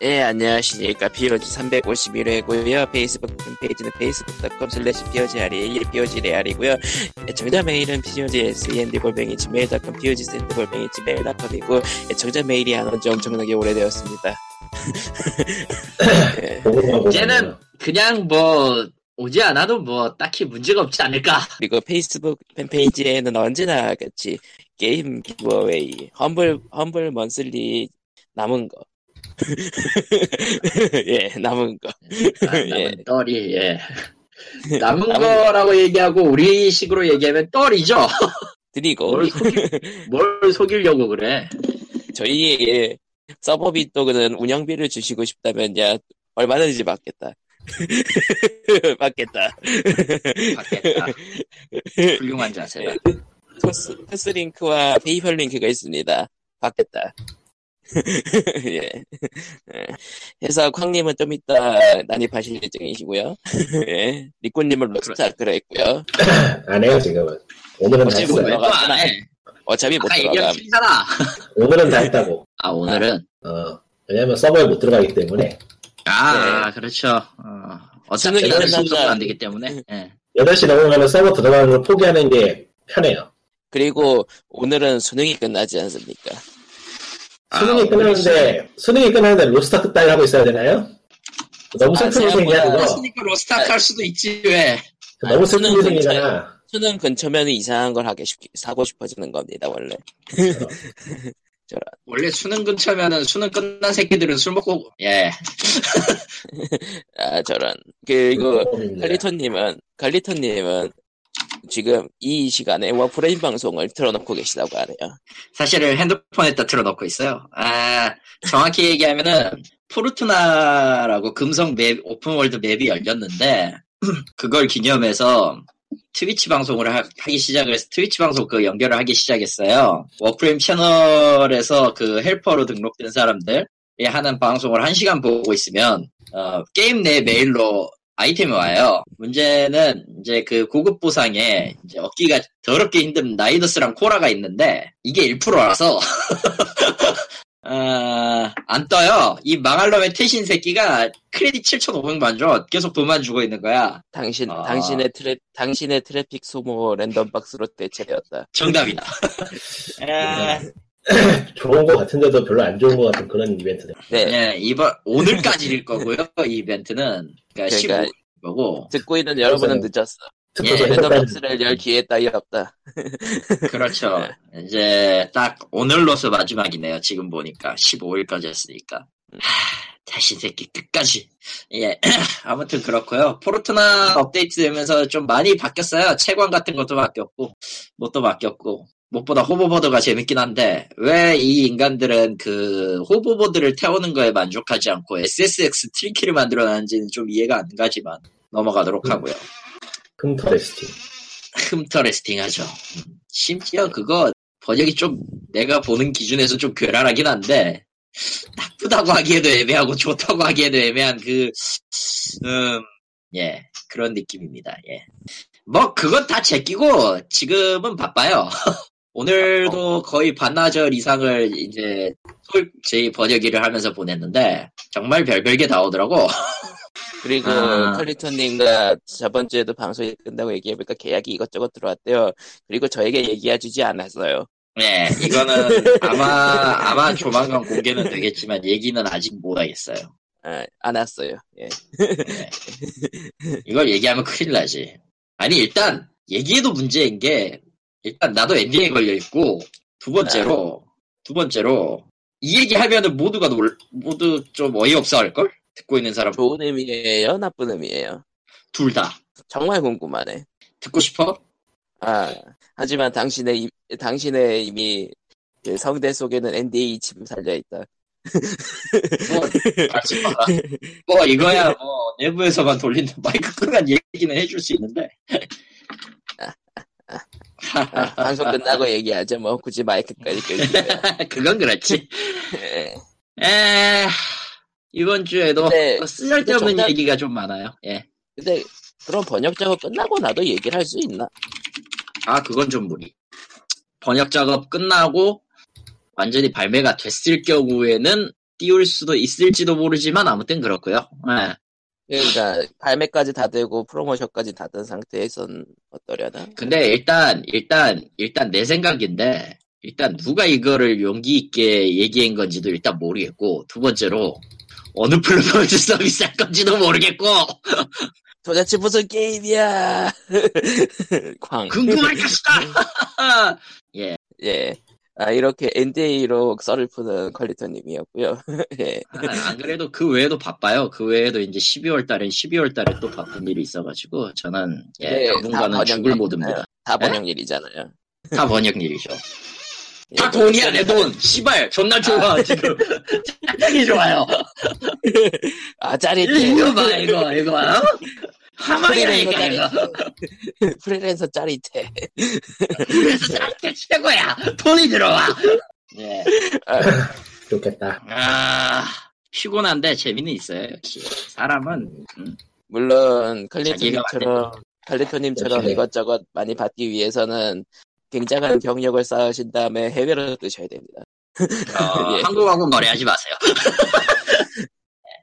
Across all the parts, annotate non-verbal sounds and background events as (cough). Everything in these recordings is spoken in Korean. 예, 안녕하십니까. POG 351회고요. 페이스북 페이지는 facebook.com slash POGREAL, POGREAL이고요. 애청자 메일은 E POGSEND골뱅이지메일.com, POGSEND골뱅이지메일.com이고, 애청자 메일이 안 온 지 엄청나게 오래되었습니다. (laughs) 예, 이제는 그냥 뭐 오지 않아도 뭐 딱히 문제가 없지 (laughs) 않을까. 그리고 페이스북 팬페이지에는 언제나 같이 게임 기부어웨이, 험블, 험블 먼슬리 남은 거. (laughs) 예, 남은 거. 아, 예. 남은 떨이 (laughs) 예. 남은 거라고 얘기하고 우리 식으로 얘기하면 떨이죠. 드리고, (laughs) 뭘, 속이, 뭘 속이려고 그래. 저희에게 서버비 또는 운영비를 주시고 싶다면야 얼마든지 받겠다. (laughs) 받겠다. 받겠다. 훌륭한 자세다. (laughs) 토스, 토스 링크와 페이팔 링크가 있습니다. 받겠다. (laughs) 예. 예. 해서 쾅님은 좀 이따 난입하실 예정이시고요. (laughs) 예. 리코님은 록스타크로 했고요. 안 해요 지금은 오늘은 다 어차피 했어요 뭐야? 왜또안 해? 어차피 못 예. 아까 들어감. 얘기했잖아. 오늘은 다 했다고 아 오늘은 어 왜냐면 서버에 못 들어가기 때문에 아 그렇죠. 어, 어차피 수능이 나는 끝난 수능도 날. 안 되기 때문에. 예. 8시 넘어가면 서버 들어가는 걸 포기하는 게 편해요 그리고 오늘은 수능이 끝나지 않습니까? 아, 수능이 오늘 끝나는데 수능이 끝나는데 로스타크 따위 하고 있어야 되나요? 너무 아, 슬픈 인생이야 생각보다 그거 끝났으니까 로스타크 할 수도 있지 왜. 너무 슬픈 수능은 인생이잖아 수능 근처면 이상한 걸 하게 싶, 사고 싶어지는 겁니다, 원래. (laughs) 원래 수능 근처면은 수능 끝난 새끼들은 술 먹고 예. 아, 저런. 그리고, 네. 고민이야. 갈리터님은, 갈리터님은 지금 이 시간에 워프레임 방송을 틀어놓고 계시다고 하네요. 사실은 핸드폰에다 틀어놓고 있어요. 아, 정확히 얘기하면은, 포르투나라고 금성 맵, 오픈월드 맵이 열렸는데, (clears throat) 그걸 기념해서 트위치 방송을 하, 기 시작을 해서 트위치 방송 그 연결을 하기 시작했어요. 워프레임 채널에서 그 헬퍼로 등록된 사람들이 하는 방송을 한 시간 보고 있으면, 어, 게임 내 메일로 아이템이 와요. 문제는 이제 그 고급 보상에 이제 얻기가 더럽게 힘든 나이더스랑 코라가 있는데 이게 1%라서 (laughs) 어, 안 떠요. 이 망할 놈의 태신 새끼가 크레딧 7,500만 줘. 계속 돈만 주고 있는 거야. 당신, 아. 당신의 트래, 당신의 트래픽 소모 랜덤 박스로 대체되었다. (laughs) 정답이다. 아, (laughs) 좋은 거 같은데도 별로 안 좋은 거 같은 그런 이벤트네 네. 예, 이번 오늘까지일 거고요. 이 이벤트는 그러니까 그러니까 15일 거고 듣고 있는 여러분은 늦었어. 특허도 예, 랜덤 해봤다는 박스를 열 기회 따위 없다. 그렇죠. 이제 딱 오늘로서 마지막이네요. 지금 보니까 15일까지 했으니까. 자신 새끼 끝까지. 예. (clears throat) 아무튼 그렇고요. 포르투나 업데이트 되면서 좀 많이 바뀌었어요. 채권 같은 것도 바뀌었고, 뭣도 바뀌었고. 무엇보다 호버보드가 재밌긴 한데 왜 이 인간들은 그 호버보드를 태우는 거에 만족하지 않고 SSX 트리키를 만들어놨는지는 좀 이해가 안 가지만 넘어가도록 하고요. 흠터 레스팅 흠터 레스팅하죠. 심지어 그거 번역이 좀 내가 보는 기준에서 좀 괴랄하긴 한데 나쁘다고 하기에도 애매하고 좋다고 하기에도 애매한 그 음, 예, 그런 느낌입니다. 예. 뭐 그건 다 제끼고 지금은 바빠요. (laughs) 오늘도 거의 반나절 이상을 이제 솔- 저희 번역 일을 하면서 보냈는데 정말 별별게 다 오더라고. 그리고 아. 칼리터님과 저번 주에도 방송이 끝나고 얘기해보니까 계약이 이것저것 들어왔대요. 그리고 저에게 얘기해주지 않았어요. 네, 이거는 아마, 아마 조만간 공개는 되겠지만 얘기는 아직 못하겠어요. 아, 안 왔어요. 예. 네. 이걸 얘기하면 큰일 나지. 아니, 일단, 얘기해도 문제인 게, 일단 나도 엔딩에 걸려있고, 두 번째로, 두 번째로, 이 얘기하면은 모두가 놀, 모두 좀 어이없어 할걸? 듣고 있는 사람, 좋은 의미예요? 나쁜 의미예요? 둘 다. 정말 궁금하네. 듣고 싶어? 아, 하지만 당신의, 이- 당신의 이미 그 성대 속에는 NDA 침이 살려있다. 뭐, 같이 봐라. 뭐, 이거야, 뭐, 내부에서만 돌리는 마이크 끄간 얘기는 해줄 수 있는데. (laughs) 아, 방송 끝나고 얘기하죠. 뭐, 굳이 마이크까지 끌고. 그건 그렇지. 예. 에 이번 주에도 네. 쓰잘데없는 정답- 얘기가 좀 많아요. 예. 근데 그런 번역 작업 끝나고 나도 얘기를 할 수 있나? 아 그건 좀 무리. 번역 작업 끝나고 완전히 발매가 됐을 경우에는 띄울 수도 있을지도 모르지만 아무튼 그렇고요. 예. 그러니까 발매까지 다 되고 프로모션까지 다 된 상태에선 어떠려나? 근데 일단 일단 일단 내 생각인데 일단 누가 이거를 용기 있게 얘기한 건지도 일단 모르겠고 두 번째로 어느 플랫폼에서 (laughs) 서비스 할 건지도 (laughs) 모르겠고 도대체 무슨 게임이야? (laughs) 광. 궁금할 (laughs) 것이다. 예. 예. 아, 이렇게 NDA로 썰을 푸는 컬리터님이었고요. (laughs) 예. 아, 안 그래도 그 외에도 바빠요. 그 외에도 이제 12월 달엔 12월 달에 또 바쁜 일이 있어가지고 저는 예, 네, 다 당분간은 번역 죽을 일이잖아요. 네, 모드입니다. 예? 다 번역 일이잖아요. 다 번역 일이죠. 예. 다 돈이야 내 돈. 씨발 존나 좋아 지금. 짜증이 좋아요. 아, 짜릿해. 이거 봐 이거 이거. 봐. 하마이라니까 이거. (laughs) 프리랜서 짜릿해. 그래서 나한테 최고야. 돈이 들어와. 예. 좋겠다. 아 피곤한데 재미는 있어요 역시. 사람은 음, 물론 자기가 컬리터님처럼 컬리터님처럼 그렇지. 이것저것 많이 받기 위해서는 아. 굉장한 경력을 쌓으신 다음에 해외로 뜨셔야 됩니다. 어, (laughs) 예. 한국하고 거래하지 마세요.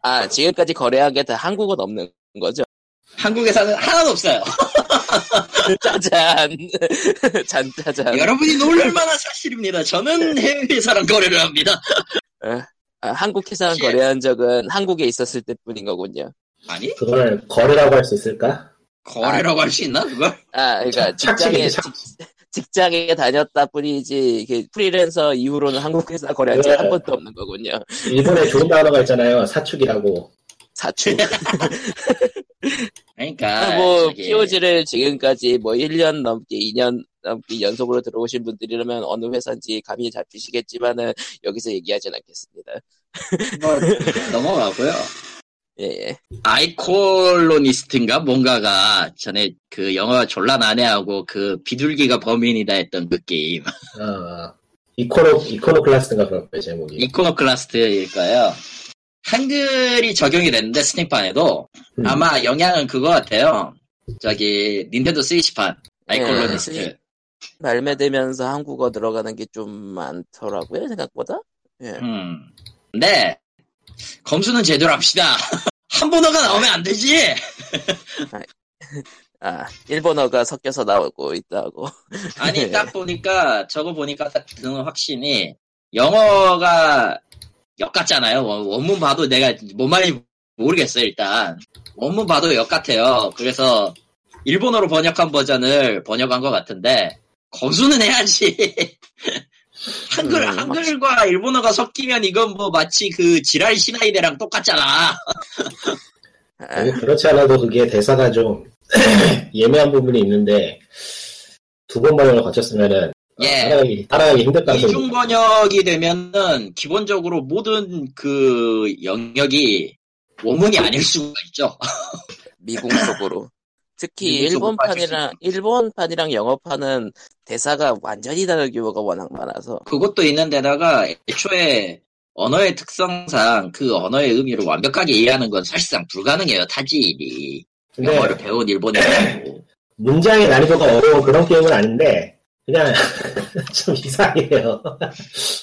아, 지금까지 거래한 게 다 한국은 없는 거죠? 한국에서는 하나도 없어요. 짜잔. (laughs) 잔짜잔. 여러분이 놀랄 만한 사실입니다. 저는 해외 회사랑 거래를 합니다. 아, 한국 회사랑 예. 거래한 적은 한국에 있었을 때뿐인 거군요. 아니 그걸 거래라고 할 수 있을까? 거래라고 할 수 있나 그걸? 아, 그러니까 직장에 착취, 직장에 다녔다 뿐이지 이게 프리랜서 이후로는 한국 회사 거래한 적한 네. 번도 없는 거군요. 일본에 좋은 단어가 있잖아요. 사축이라고. (laughs) 사축. 그러니까 아, 뭐 저기, POG를 지금까지 뭐 1년 넘게 2년 넘게 연속으로 들어오신 분들이라면 어느 회사인지 감이 잡히시겠지만은 여기서 얘기하진 않겠습니다. 뭐, 넘어가고요. 예, 예. 아이콜로니스트인가 뭔가가 전에 그 영화 졸라 난해하고 그 비둘기가 범인이다 했던 그 게임 어, 이코노, 이코노클라스인가 그런 거예요, 제목이. 이코노클라스트일까요? 한글이 적용이 됐는데 스팀판에도 음. 아마 영향은 그거 같아요. 저기 닌텐도 스위치판 아이콜로니스트. 예. 발매되면서 한국어 들어가는 게 좀 많더라고요 생각보다. 예. 음. 근데 검수는 제대로 합시다. (laughs) 한 번어가 나오면 안 되지. 아 일본어가 섞여서 나오고 있다고. (laughs) (laughs) 아니 딱 보니까 저거 보니까 딱 드는 확신이 영어가 역 같잖아요. 원- 원문 봐도 내가 뭔 말인지 모르겠어요. 일단 원문 봐도 역 같아요. 그래서 일본어로 번역한 버전을 번역한 것 같은데 검수는 해야지. (laughs) 한글 음, 한글과 일본어가 섞이면 이건 뭐 마치 그 지랄 시나이데랑 똑같잖아. 아, 그게 그렇지 않아도 그게 대사가 좀 예매한 부분이 있는데 두 번 번역을 거쳤으면은 어, 예. 따라가기, 따라가기 힘들 가능성이 이중 번역이 되면은 기본적으로 모든 그 영역이 원문이 아닐 수가 있죠. (laughs) 미국 쪽으로. 특히 미국 쪽으로 일본판이랑 빠질 일본판이랑 영어판은 대사가 완전히 다른 규모가 워낙 많아서 그것도 있는데다가 애초에 언어의 특성상 그 언어의 의미를 완벽하게 이해하는 건 사실상 불가능해요. 타지인이 근데 영어를 (clears throat) 배운 일본인이고 문장의 난이도가 어려운 그런 게임은 아닌데 그냥 좀 이상해요.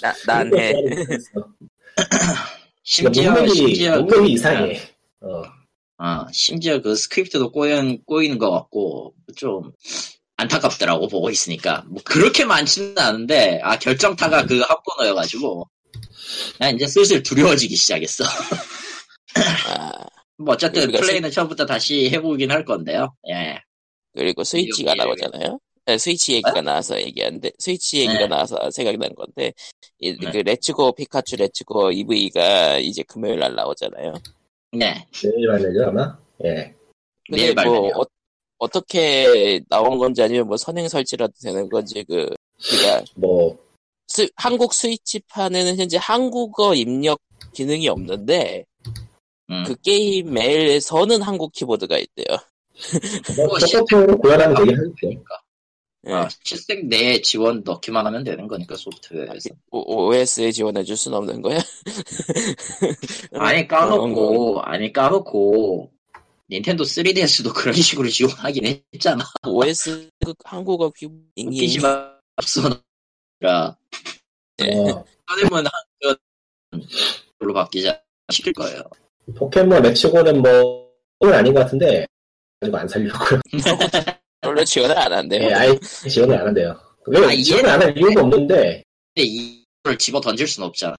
나, 난해. (laughs) 심지어 문맥이 심지어 그 문맥이 이상해. 어, 어, 심지어 그 스크립트도 꼬인, 꼬이는 것 같고, 좀, 안타깝더라고, 보고 있으니까. 뭐, 그렇게 많지는 않은데, 아, 결정타가 그 한번어여가지고, 나 이제 슬슬 두려워지기 시작했어. (laughs) 아, 뭐, 어쨌든 우리가 플레이는 처음부터 다시 해보긴 할 건데요. 예. 그리고 스위치가 미국이- 나오잖아요. 네, 스위치 얘기가 나와서 얘기한데 스위치 얘기가 네. 나와서 생각난 건데 이, 네. 그 레츠고 피카츄 레츠고 EV가 이제 금요일 날 나오잖아요. 네. 내일 말이죠 아마. 예. 근데 내일 뭐 발매요. 어, 떻게 나온 건지 아니면 뭐 선행 설치라도 되는 건지 그 그니까 뭐 스- 한국 스위치판에는 현재 한국어 입력 기능이 없는데 음. 그 게임 메일에서는 한국 키보드가 있대요. 뭐, 서포트로 구현하면 되긴 하겠죠. 그러니까. 예. 어, 시스템 내에 지원 넣기만 하면 되는 거니까, 소프트웨어에서. 오- OS에 지원해줄 수는 없는 거야? 예. 아니, 까놓고, 아니, 까놓고, 닌텐도 3DS도 그런 식으로 지원하긴 했잖아. OS 그 한국어 키보드 웃기지만, 그러니까 앞서, 라 어, 하늘문 한- 그 걸로 바뀌지 않을 거예요. 포켓몬 렉치고는 뭐, 그건 아닌 것 같은데, 가지고 안 살려고요. 별로 지원을 안 한대요. 예, (laughs) 아예 지원을 안 한대요. 왜 네. 아, 이해는 지원을 안 할 이유가 없는데, 근데 이걸 집어 던질 순 없잖아.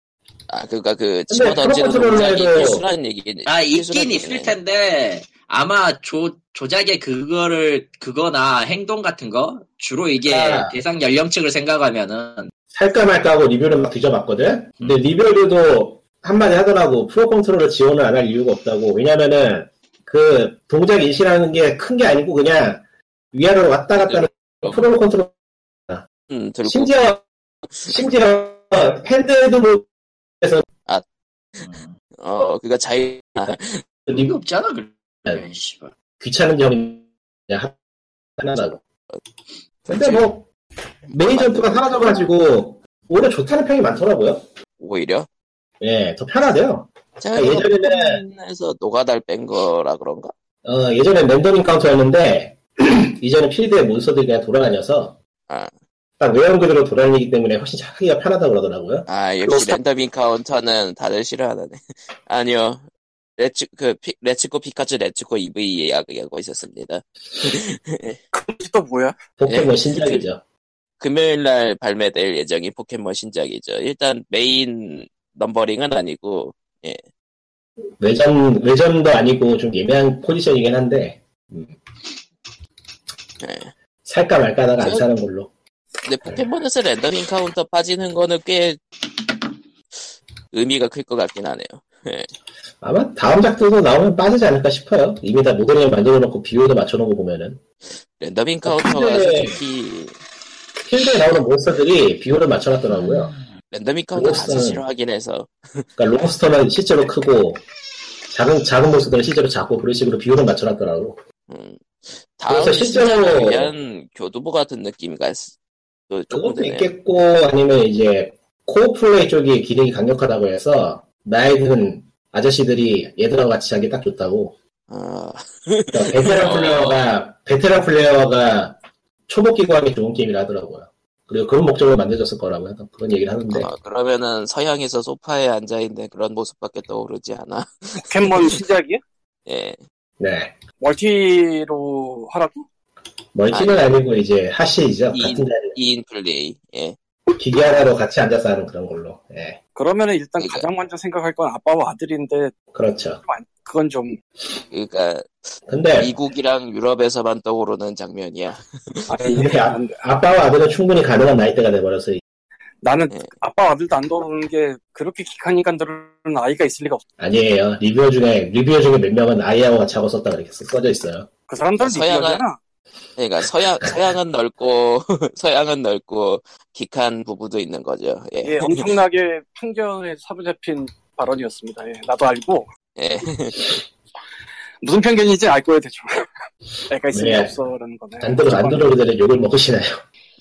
아, 그니까 그, 집어 던지는 프로포즈로 동작이 해도- 필수란 얘기네. 아 필수란 있긴 얘기네. 있을 텐데 아마 조 조작의 그거를 그거나 행동 같은 거 주로 이게 아. 대상 연령층을 생각하면은 살까 말까 하고 리뷰를 막 뒤져봤거든? 음. 근데 리뷰에도 한마디 하더라고. 프로 컨트롤을 지원을 안 할 이유가 없다고. 왜냐면은, 그, 동작 인식하는 게 큰 게 아니고 그냥 위아래로 왔다 갔다 하는 네. 프로 컨트롤. 음, 들고. 심지어, 심지어, 핸드도 뭐, 음, 어, 그니까 자유, 리 이거 없잖아 그래. 씨발. 귀찮은 점이 그냥 하나라고. 근데 뭐 메인 점프가 사라져가지고 오히려 좋다는 평이 많더라고요. (laughs) 오히려. 예, 더 편하대요. 제가 아, 예전에는- 에서 노가달 뺀 거라 그런가? 어, 예전엔 랜덤 카운터였는데 (clears throat) 이제는 필드에 몬스터들이 그냥 돌아다녀서 아. 딱 외형 그대로 돌아다니기 때문에 훨씬 하기가 편하다고 그러더라고요. 아, 역시 로스타- 랜덤 인카운터는 다들 싫어하네. (laughs) 아니요. 레츠, 그, 피, 레츠코 피카츄 레츠코 EV 이야기하고 있었습니다. (laughs) 그게 또 뭐야? 포켓몬 예. 신작이죠. 금요일날 발매될 예정인 포켓몬 신작이죠. 일단 메인 넘버링은 아니고, 외전 외전도 아니고 좀 예매한 포지션이긴 한데 음. 예. 살까 말까 하다가 안 저- 사는 걸로. 근데 포켓몬에서 랜덤 인카운터 빠지는 거는 꽤 의미가 클 것 같긴 하네요. 아마 다음 작품도 나오면 빠지지 않을까 싶어요. 이미 다 모델링 만들어놓고 비율도 맞춰놓은 거 보면은. 랜덤 인카운터가 네, 근데- 네. 특히 필드에 나오는 몬스터들이 비율을 맞춰놨더라고요. 랜덤 인카운터 다들 그것은- 싫어하긴 해서 그러니까 롱스터는 실제로 크고 작은 작은 몬스터는 실제로 작고 그런 식으로 비율을 맞춰놨더라고. 음, 다음 그래서 그렇죠. 실제로- 시즌을 위한 교두보 같은 느낌이가 있- 또 조금 그것도 드네요. 있겠고 아니면 이제 코어 플레이 쪽이 기능이 강력하다고 해서 나이든 아저씨들이 얘들하고 같이 하기 딱 좋다고. 아, 그러니까 (laughs) 베테랑 어. 플레이어가 베테랑 플레이어가 초보 기구하기 좋은 게임이라 하더라고요. 그리고 그런 목적으로 만들어졌을 거라고 약간 그런 얘기를 하는데 어, 그러면은 서양에서 소파에 앉아 있는 그런 모습밖에 떠오르지 않아. (laughs) 포켓몬 신작이야? 예, 네 멀티로 하라고? 멀티는 아니고 이제 하시이죠 이- 같은 자리 2인 플레이. 예, 기계 하나로 같이 앉아서 하는 그런 걸로. 예. 그러면 일단 그러니까. 가장 먼저 생각할 건 아빠와 아들인데 그렇죠. 그건 좀 그러니까 근데 미국이랑 유럽에서만 떠오르는 장면이야. 아니, 이게 아- 안 돼. 아빠와 아들은 충분히 가능한 나이대가 돼버려서 나는 네. 아빠와 아들도 안 떠오르는 게 그렇게 기칸 인간들은 아이가 있을 리가 없어. 아니에요. 리뷰어 중에 리뷰어 중에 몇 명은 아이하고 같이 하고 썼다 그렇게 써- 써져 있어요. 그 사람들은 서양은- 이기잖아. 그러니까 서양 서양은 넓고 (laughs) 서양은 넓고 기칸 부부도 있는 거죠. 예, 예, 엄청나게 편견에 사로잡힌 발언이었습니다. 예, 나도 알고 예. (laughs) 무슨 편견인지 알 거예요 대충. 애가 있을 리가 네. 없어라는 거네. 안드로 안드로 그들은 욕을 먹으시나요?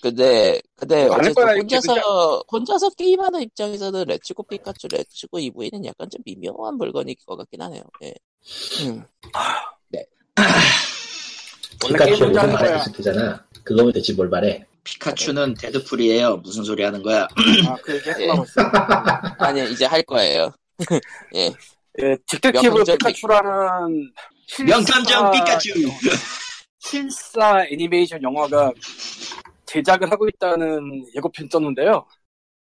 근데 근데 안 어쨌든 할 예, 거야, 이렇게 혼자서 혼자서 게임하는 입장에서는 레츠고 피카츄 레츠고 이브이는 약간 좀 미묘한 물건일 것 같긴 하네요. 예. 음. 원래 피카츄 게임 욕을 혼자 하는 많이 거야. 하시잖아. 그거면 대체 뭘 말해? 피카츄는 데드풀이에요. 무슨 소리 하는 거야? 아, 그 얘기 예. 하려고 했어. 아니 이제 할 거예요. 예, 딕텍티브 명탐정 피카츄라는 실사- 명탐정 아. 피카츄. 실사 애니메이션 영화가 제작을 하고 있다는 예고편 떴는데요.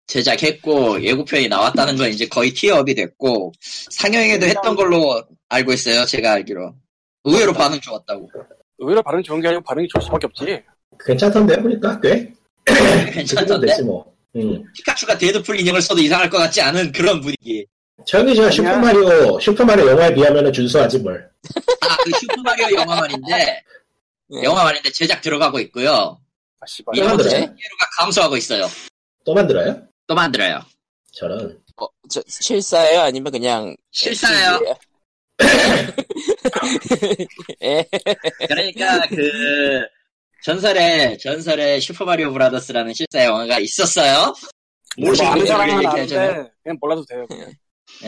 제작했고 예고편이 나왔다는 건 이제 거의 티어업이 됐고 상영회도 했던 걸로 알고 있어요. 제가 알기로 의외로 반응 좋았다고. 의외로 반응 좋은 게 아니고 반응이 좋을 수밖에 없지. 괜찮던데 보니까 꽤. 그 정도 (laughs) 괜찮던데 됐지 뭐. 음. 피카츄가 데드풀 인형을 써도 이상할 것 같지 않은 그런 분위기. 저기 저 그냥- 슈퍼 마리오 슈퍼 마리오 영화에 비하면은 준수하지 뭘. 아그 슈퍼마리오 (laughs) 영화만인데 네. 예. 영화만인데 제작 들어가고 있고요. 아, 씨발. 예. 이번 만들어요? 제작료가 감소하고 있어요. 또 만들어요? 또 만들어요. 저런. 어, 저, 실사예요? 아니면 그냥 실사예요. (laughs) SG 예요? (laughs) 예. 그러니까 그 전설의 전설의 슈퍼마리오 브라더스라는 실사 영화가 있었어요. 뭐 아는 사람은 얘기하잖아요. 아는데 네. 그냥 몰라도 돼요. 예.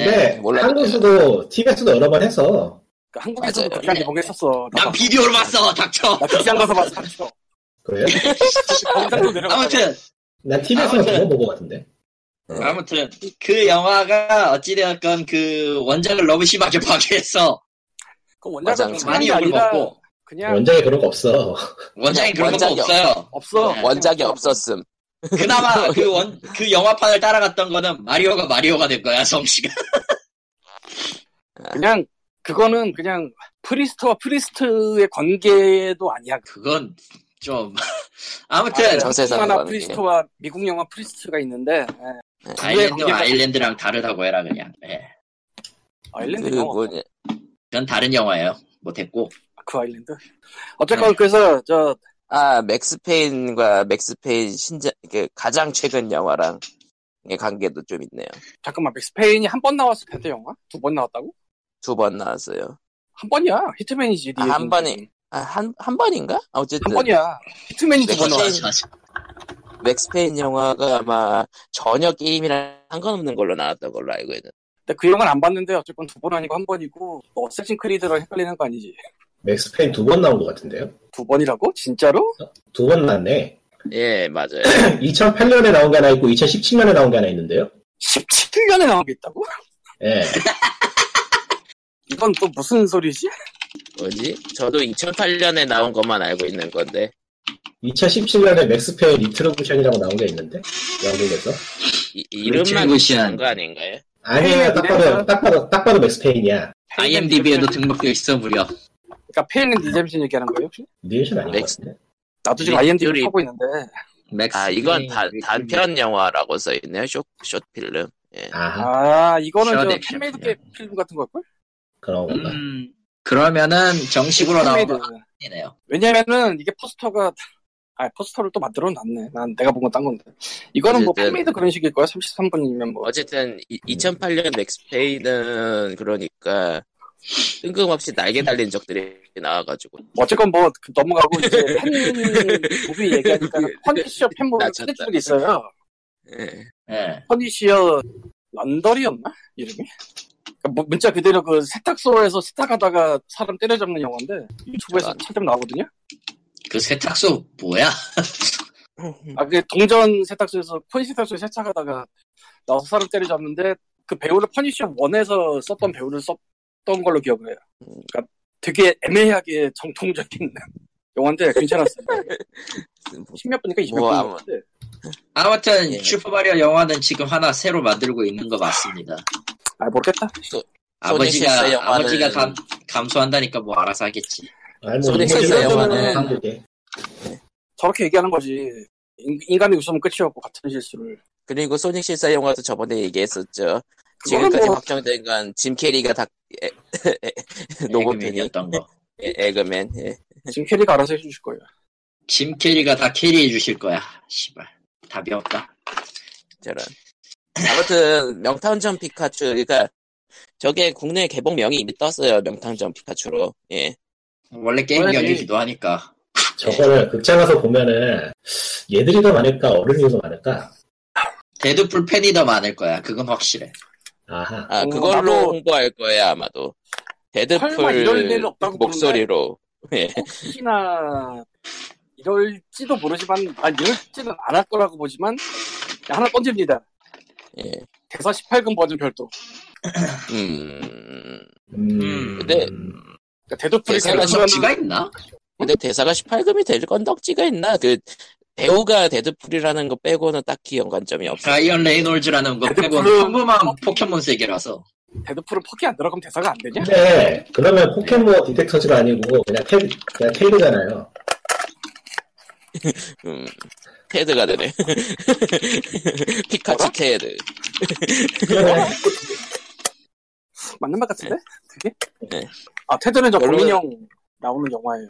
근데 몰라도 한국에서도 TV에서도 여러 번 해서 그러니까 한국에서도 맞아요. 그렇게 한 개봉했었어. 난 비디오로 봤어, 닥쳐. 나 극장 가서 봤어. 닥쳐. 그래요? 거기서 또 내려가. 아무튼 난 TV에서만 아무튼. 그거 본것 같은데. 아무튼 그 영화가 어찌되었건 그 원작을 너무 심하게 (laughs) 파괴해서 그 맞아, 원작은 많이 욕을 아니라 먹고 그냥 원작에 그런 거 없어. (laughs) 원작이 그런 거 원작이 없어요. 없어. 네. 원작이 없었음. (laughs) 그나마 그 원 그 영화판을 따라갔던 거는 마리오가 마리오가 된 거야 성씨가. (laughs) 그냥 그거는 그냥 프리스트와 프리스트의 관계도 아니야. 그건 좀 (laughs) 아, 아무튼 전 세상에 하나 관계. 프리스트와 미국 영화 프리스트가 있는데 예. 아일랜드 관계가- 아일랜드랑 다르다고 해라 그냥. 예. 그 아일랜드 영화 뭐냐. 그건 다른 영화예요. 뭐 됐고 그 아일랜드. 네. 어쨌건 그래서 저 아 맥스페인과 맥스페인 신작 그 가장 최근 영화랑 의 관계도 좀 있네요. 잠깐만 맥스페인이 한 번 나왔을 텐데 영화 두 번 나왔다고? 두 번 나왔어요. 한 번이야. 히트맨이지. 아, 네 한 번에. 얘기는. 아 한 한 번인가? 아, 어쨌든 한 번이야. 히트맨이 두 번 맥스페인. 나왔어. 맥스페인 영화가 아마 전혀 게임이랑 상관없는 걸로 나왔던 걸로 알고 있는. 근데 그 영화는 안 봤는데 어쨌건 두 번 아니고 한 번이고 뭐 어쌔신 크리드랑 헷갈리는 거 아니지? 맥스페인 두 번 나온 것 같은데요? 두 번이라고? 진짜로? 두 번 나왔네. (clears throat) 예 맞아요. 2008년에 나온 게 하나 있고 2017년에 나온 게 하나 있는데요. 17년에 나온 게 있다고? 예. 이건 또 무슨 소리지? 뭐지? 저도 2008년에 나온 것만 알고 있는 건데 2017년에 맥스페인 리트로부션이라고 나온 게 있는데 영국에서. 이, 이름만 그리고 시안. 비슷한 거 아닌가요? 아니야, 딱 봐도 페인이네요. 딱 봐도 딱 봐도 맥스페인이야. (laughs) 아, IMDb에도 등록되어 있어 무려. 그러니까 페일린 리잼슨 얘기하는 거예요 혹시? 리액션 아닌 것 맥스- 같은데. 나도 지금 네, 리- IMDb 리- 하고 있는데 맥스 아 이건 페인, 다- 맥스 페인. 단편 영화라고 써 있네요. 쇼 쇼필름. 아하, 아 이거는 셔네, 저 팬메이드 셔네. 게 필름 같은 걸걸? 그런 건가. 음, 그러면은 정식으로 나온 팬메이드. 거 아니네요. 왜냐면은 이게 포스터가 아 포스터를 또 만들어 놨네 난 내가 본 건 딴 건데 이거는 뭐 어쨌든. 팬메이드 그런 식일 거야 33분이면 뭐 어쨌든 이, 2008년 맥스페인은 그러니까 뜬금없이 날개 달린 적들이 나와가지고 어쨌건 뭐 넘어가고 (laughs) 이제 팬 무비 얘기하니까 퍼니셔 팬 무비 낮췄다. 팬들이 있어요 예. 예. 퍼니시어 런더리였나 이름이? 그러니까 뭐 문자 그대로 그 세탁소에서 세탁하다가 사람 때려잡는 영화인데 유튜브에서 저런. 찾으면 나오거든요. 그 세탁소 뭐야? 아 그게 동전 세탁소에서 펀 세탁소에 세탁하다가 나와서 사람 때려잡는데 그 배우를 퍼니시어 원에서 썼던 배우를 썼던 걸로 기억을 해요. 그러니까 되게 애매하게 정통적인 (laughs) 영화인데 괜찮았어요. 10몇 분이니까 20몇 뭐, 분. 인데 아무튼 예. 슈퍼마리오 영화는 지금 하나 새로 만들고 있는 거 맞습니다. 아 모르겠다. 아버지가 실사 영화는- 아버지가 감, 감수한다니까 뭐 알아서 하겠지. 아니 뭐 소리 이거는 실사 영화는- 사람들이 저렇게 얘기하는 거지. 인- 인간의 웃음은 끝이었고 같은 실수를. 그리고 소닉 실사 영화도 저번에 얘기했었죠. 그거는 지금까지 뭐- 확정된 건 짐 캐리가 다 에- (laughs) 녹음팬이 애그맨이었던 거. 에- 에그맨. 예. 지금 캐리가 알아서 해주실 거예요. 짐 캐리가 다 캐리해 주실 거야. 씨발 답이 없다. 저런. 아무튼 명탐정 피카츄 그러니까 저게 국내 개봉명이 이미 떴어요. 명탐정 피카츄로. 예. 원래 게임명이기도 하니까. 저거를 극장 가서 보면은 얘들이 더 많을까 어른이 더 많을까. 데드풀 팬이 더 많을 거야. 그건 확실해. 아하. 아 어, 그걸로 나도- 홍보할 거예요 아마도. 설마 이럴 데드풀 일 없다고 목소리로. 예. 혹시나 이럴지도 모르지만 아니 이럴지는 안 할 거라고 보지만 하나 던집니다. 예. 대사 18금 버전 별도. 음. 음. 근데- 그러니까 대도풀이 대사가 별도라는- 지가 있나? 근데 대사가 18금이 될 건덕지가 있나? 그 배우가 데드풀이라는 거 빼고는 딱히 연관점이 없어. 브라이언 레이놀즈라는 거 빼고 데드풀은- 평범한 포켓몬 세계라서. 대도풀은 퍽이 안 들어가면 대사가 안 되냐? 네. 근데 그러면 포켓몬 디텍터즈가 아니고 그냥 탭 그냥 (laughs) 탭이잖아요. 음. 테드가 되네. (laughs) 피카츄 테드. 그러니까 맞는 말 같은데? 그게? 네. 아 테드는 저 별로- 박민영 나오는 영화예요.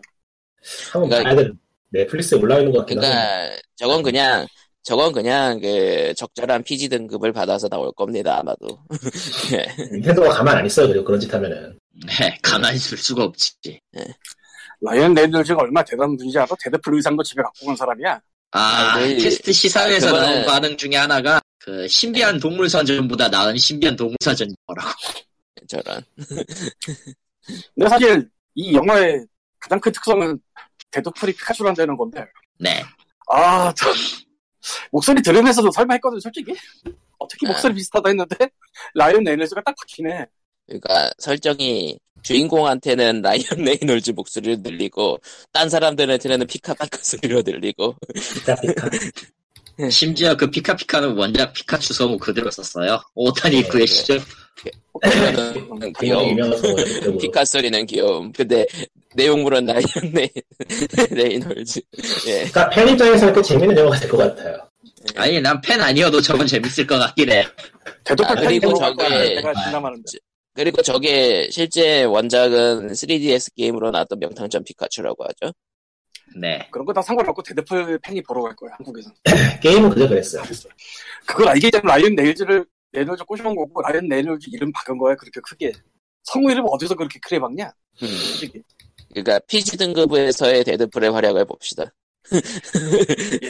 한번 그러니까- 봐야 돼. 넷플릭스에 올라 있는 것 같긴 한데. 그러니까 저건 그냥 저건 그냥 그 적절한 PG 등급을 받아서 나올 겁니다 아마도. 닌텐도가 가만 안 있어요. 그리고 그런 짓 하면은. 네, 가만히 있을 수가 없지. 라이언 레이놀즈가 얼마나 대단한 분인지 알아? 대도풀 의상도 집에 갖고 온 사람이야. 아, 아니, 테스트 시사회에서 그거는- 나온 반응 중에 하나가 그 신비한 동물 사전보다 나은 신비한 동물 사전이라고. 저런. 네. 근데 사실 이 영화의 가장 큰 특성은 대도풀이 피카츄란다는 건데 네. 아, 저, 목소리 들으면서도 설마 했거든, 솔직히. 어떻게 네. 목소리 비슷하다 했는데 라이언 레이놀즈가 딱 바뀌네. 그러니까 설정이 주인공한테는 라이언 레이놀즈 목소리를 들리고 딴 사람들한테는 (laughs) 피카피카 소리로 들리고 (laughs) 피카피카. 심지어 그 피카피카는 원작 피카츄 소모 그대로 썼어요. 오타니 네, 구에시죠. 그거는 굉장히 귀여움 유명한 (laughs) 소리로. 어. 피카 소리는 귀여움 근데 (laughs) 내용물은 라이언 레, 레이놀즈 예. 그러니까 팬 입장에서는 꽤 재밌는 영화가 될 것 같아요. 네. 아니 난 팬 아니어도 저건 재밌을 것 같긴 해. 대도팔 아, 아, 그리고 그리고 저게- 네. 내가 진담하는데 그리고 저게 실제 원작은 3DS 게임으로 나왔던 명탕전 피카츄라고 하죠 네. 그런 거 다 상관없고 대도팔 팬이 보러 갈 거야 한국에서. 게임은 그저 그랬어요. 그걸 알기 때문에 라이언 레이놀즈를 레이놀즈 꼬셔온 거고 라이언 레이놀즈 이름 바꾼 거야 그렇게 크게. 성우 이름 어디서 그렇게 크게 박냐? 솔직히. 음. 그러니까 PG 등급에서의 데드풀의 활약을 봅시다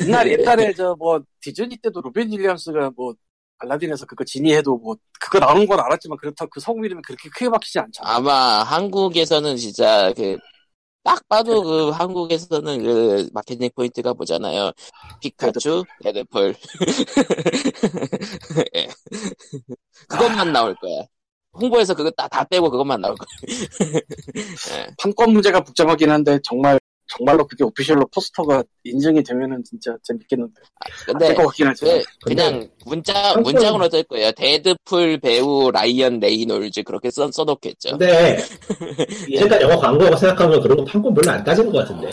옛날 옛날에 저 뭐 디즈니 때도 로빈 윌리엄스가 뭐 알라딘에서 그거 지니해도 뭐 그거 나온 건 알았지만 그렇다 그 성우 이름이 그렇게 크게 박히지 않잖아. 아마 한국에서는 진짜 그, 딱 봐도 그 한국에서는 그 마케팅 포인트가 뭐잖아요. 피카츄, 레드풀. (laughs) 예. 그것만 나올 거야. 홍보에서 그거 다, 다 빼고 그것만 나올 거야. 판권 문제가 복잡하긴 한데 정말 정말로 그게 오피셜로 포스터가 인증이 되면은 진짜 재밌겠는데. 근데 될것 같긴 하지. 그, 그냥 문장, 문장으로 될 거예요. 데드풀 배우 라이언 레이놀즈 그렇게 써, 써놓겠죠. (laughs) 근데 이제까지 영화 광고라고 생각하면 그런 거 판권 별로 안 따지는 것 같은데.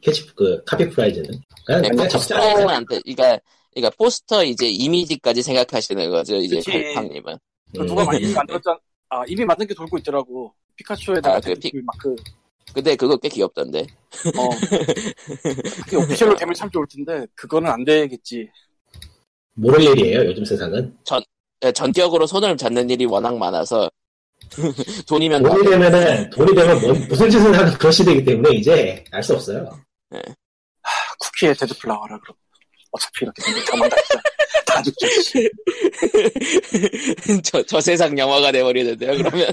캐치 그 카피 프라이즈는 그냥 그러니까 네, 그냥 어, 적지 않아요. 포스터는 안 돼. 그러니까, 그러니까 포스터 이제 이미지까지 생각하시는 거죠. 이제 그치. 팡팡님은. 그 누가 음. 막 이미 만들었잖아. 아, 이미 만든 게 돌고 있더라고. 피카츄에다가 아, 그 피- 마크. 근데 그거 꽤 귀엽던데. 어. 그게 오피셜로 되면 참 좋을 텐데 그거는 안 되겠지. 모를 일이에요 요즘 세상은. 예, 전격으로 손을 잡는 일이 워낙 많아서 (laughs) 돈이면 다 돈이 돼. 되면은 돈이 되면 뭔- 무슨 짓을 하는 그런 시대이기 때문에 이제 알 수 없어요. 아, 쿠키에 데드플라워라 그럼. 어차피 이렇게 되면 다만다 다 죽죠. (laughs) 저, 저 세상 영화가 돼버리는데요 (laughs) 그러면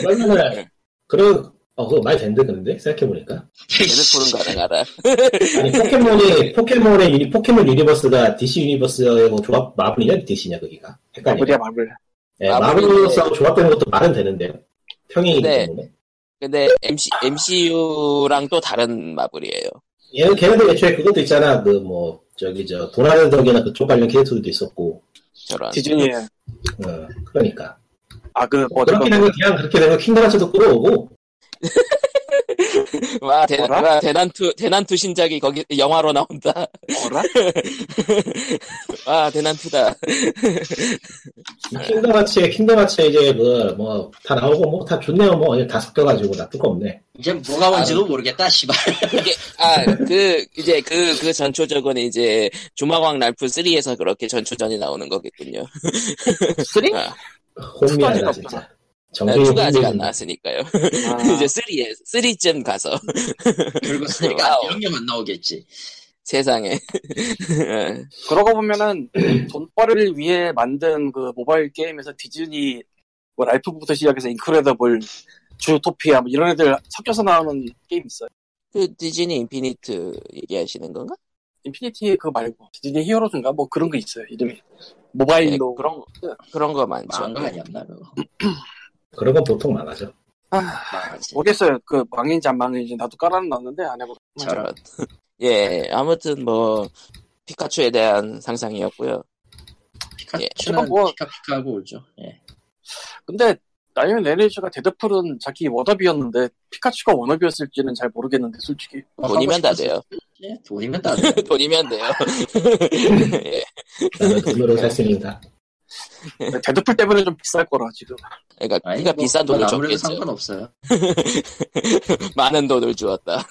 그러면은 네. 그런 어 그거 많이 된대 근데 생각해 보니까. 네, 데드풀은 가능하다 아니 포켓몬이 포켓몬의 유니 포켓몬 유니버스가 DC 유니버스하고 조합 마블이냐 DC냐 거기가 헷갈려. 네. 마블이야 마블. 예, 마블 마블인데. 유니버스하고 조합되는 것도 말은 되는데요. 평행이기 네. 때문에. 근데 MC, MCU랑 또 다른 마블이에요 얘는 예, 걔네들 애초에 그것도 있잖아. 그 뭐 저기 저 도라는 덕이나 그쪽 관련 캐릭터들도 있었고. 저런 디즈니에 네. 어, 그러니까. 아그 뭐 그렇게 되면 그냥 그렇게 되면 킹덤하츠도 끌어오고. 와, 대, 뭐라? 와 대난투 대난투 신작이 거기 영화로 나온다 어라? 와 아, 대난투다 킹덤하츠에 킹덤하츠에 이제 그 뭐 다 나오고 뭐 다 좋네요. 뭐 그냥 다 섞여가지고 나쁠 거 없네. (laughs) 이제 아, 뭐가 뭔지도 (laughs) 모르겠다. 씨발. 그게 아 그 이제 그 그 전초적은 이제 조마왕 랄프 3에서 그렇게 전초전이 나오는 거겠군요 쓰리? 아, 혼미하다 아직 진짜. 없잖아. 정신이 네, 추가 아직 안 혼미해진다. 나왔으니까요 (laughs) 아, 이제 3에 3쯤 가서 (laughs) 그리고 쓰리가 와우. 영영 안 나오겠지. 세상에. 아. 그러고 보면은 돈벌이를 위해 만든 그 모바일 게임에서 디즈니 뭐 라이프부터 시작해서 인크레더블 주토피아 뭐 이런 애들 섞여서 나오는 게임 있어요. 그 디즈니 인피니트 얘기하시는 건가? 인피니티 그거 말고 디즈니 히어로즈인가 뭐 그런 거 있어요 이름이 모바일로 네, 그런 거, 그런 거 많죠. 망한 거 아니었나 그거. 그런 건 보통 많아죠. 아, 망하지. 뭐, 모르겠어요 그 망인지 안 망인지 나도 깔아놨는데 안 해보고 저런. 네, (laughs) 예, 아무튼 뭐 피카츄에 대한 상상이었고요. 예, 피카츄는 이건 뭐- 피카피카하고 울죠. 예. 근데 라이언 레니즈가 데드풀은 자기 워너비였는데 피카츄가 워너비였을지는 잘 모르겠는데 솔직히 돈이면 다 돼요. 예, 돈이면 다 돼. (laughs) 돈이면 돼요. 예, 나는 돈으로 살 수 있는 다. 근데 데드풀 때문에 좀 비쌀 거라 지금 그러니까 그러니까 비싼 돈을 뭐 아무래도 줬겠죠. 상관없어요. 많은 돈을 주었다.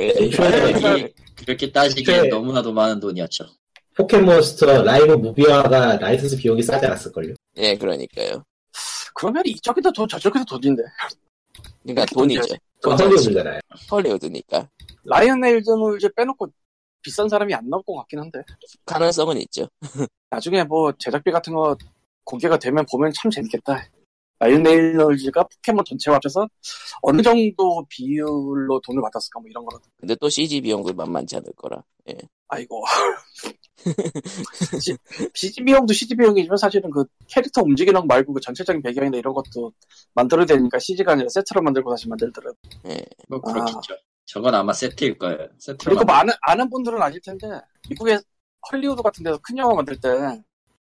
예. 애초에 그렇게 따지기엔 네. 너무나도 많은 돈이었죠. 포켓몬스터 라이브 무비화가 라이선스 비용이 싸지 않았을걸요. (laughs) 예, 그러니까요. 그러면 이쪽에도 돈 저쪽에도 돈인데 그러니까 돈이죠. 그건 헐리우드잖아요. 헐리우드니까 라이언 레니즈는 이제 빼놓고 비싼 사람이 안 나올 것 같긴 한데 가능성은 있죠. 나중에 뭐 제작비 같은 거 공개가 되면 보면 참 재밌겠다 마이너일즈가 포켓몬 전체와 합쳐서 어느 정도 비율로 돈을 받았을까 뭐 이런 거는 근데 또 CG 비용도 만만치 않을 거라. 예. 아이고 CG 비용도 CG 비용이지만 사실은 그 캐릭터 움직이는 거 말고 그 전체적인 배경이나 이런 것도 만들어야 되니까 CG가 아니라 세트로 만들고 다시 만들더라고 뭐 아. 그렇겠죠. 저건 아마 세트일 거예요. 세트로. 그리고 만들- 많은 아는 분들은 아실 텐데 미국의 헐리우드 같은 데서 큰 영화 만들 때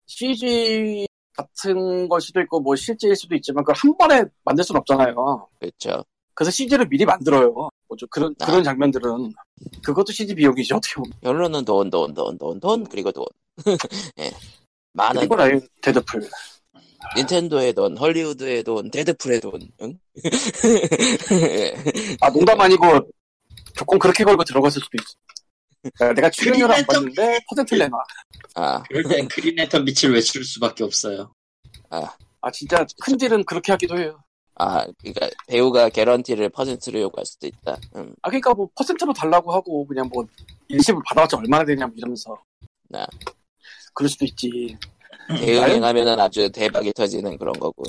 CG 같은 걸 수도 있고 뭐 실제일 수도 있지만 그걸 한 번에 만들 순 없잖아요. 그렇죠. 그래서 CG를 미리 만들어요. 뭐좀 그런 아. 그런 장면들은 그것도 CG 비용이지 어떻게 보면. 결론은 돈, 돈, 돈, 돈, 돈 그리고 돈. (laughs) 예. 많은 그리고 라이 데드풀. 닌텐도의 돈, 헐리우드의 돈, 데드풀의 돈. 응? (laughs) 예. 아 농담 아니고 조건 그렇게 걸고 들어갔을 수도 있어. 야, 내가 출연료를 안 받는데 퍼센트를 내놔. 아, 그럴 땐 그린 랜턴 빛을 외출 수밖에 없어요. 아, 아 진짜 큰 딜은 그렇게 하기도 해요. 아, 그러니까 배우가 개런티를 퍼센트로 요구할 수도 있다. 음, 아 그러니까 뭐 퍼센트로 달라고 하고 그냥 뭐 일시불 받아봤자 얼마나 되냐 뭐 이러면서. 나. 그럴 수도 있지. 대응하면은 음, 아주 대박이 터지는 그런 거고.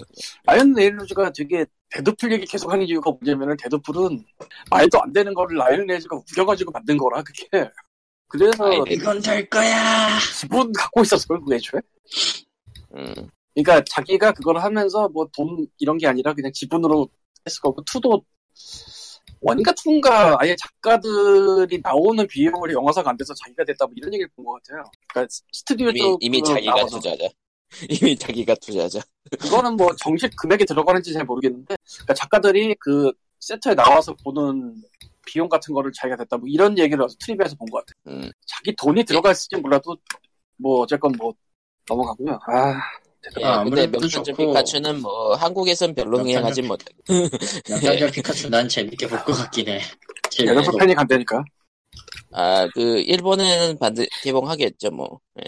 라이언 레일루즈가 되게 데드풀 얘기 계속 하는 이유가 뭐냐면은 데드풀은 말도 안 되는 거를 라이언 레일루즈가 우겨가지고 만든 거라 그게. 그래서 아이, 네. 이건 될 거야. 기본 갖고 있었을 걸 그게 애초에. 음, 그러니까 자기가 그걸 하면서 뭐 돈 이런 게 아니라 그냥 지분으로 했을 거고 투도 원가 투인가 아예 작가들이 나오는 비용을 영화사가 안 돼서 자기가 됐다 뭐 이런 얘기를 본 것 같아요. 그러니까 스튜디오 이미 쪽으로 이미 자기가 나와서. 투자자. (laughs) 이미 자기가 투자자. 그거는 뭐 정식 금액이 들어가는지 잘 모르겠는데 그러니까 작가들이 그 세터에 나와서 보는 비용 같은 거를 자기가 됐다 뭐 이런 얘기를 트리비에서 본 것 같아요. 음, 자기 돈이 들어갔을지 몰라도 뭐 어쨌건 뭐 넘어가고요. 아 예, 아, 근데 아무래도 명탄전 좋고. 피카츄는 뭐 한국에선 별로 명탄전 흥행하지 못해. 명장전 피카츄 난 재밌게 볼 것 같긴 (laughs) 해. 네. 재밌어. 여러분 팬이 간다니까. 아, 그 일본은 반드시 개봉하겠죠, 뭐. 예.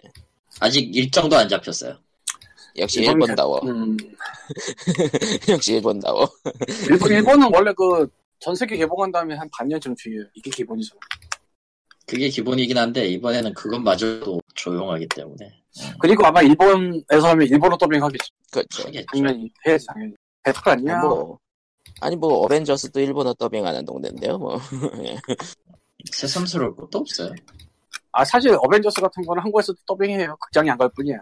아직 일정도 안 잡혔어요. 역시 일본이 일본다워. 음, (laughs) 역시 일본다워. (laughs) 일본, 일본은 원래 그 전 세계 개봉한 다음에 한 반년쯤 뒤에 이게 기본이죠. 그게 기본이긴 한데 이번에는 그것마저도 조용하기 때문에 그리고 아마 일본에서 하면 일본어 더빙 하겠죠. 그렇죠. 하겠죠. 당연히 해야지 당연히. 배틀 아니야. 뭐, 아니 뭐 어벤져스도 일본어 더빙하는 동네인데요, 뭐. (laughs) 예. 새삼스러울 것도 없어요. 아 사실 어벤져스 같은 거는 한국에서도 더빙해요. 극장이 안 갈 뿐이야.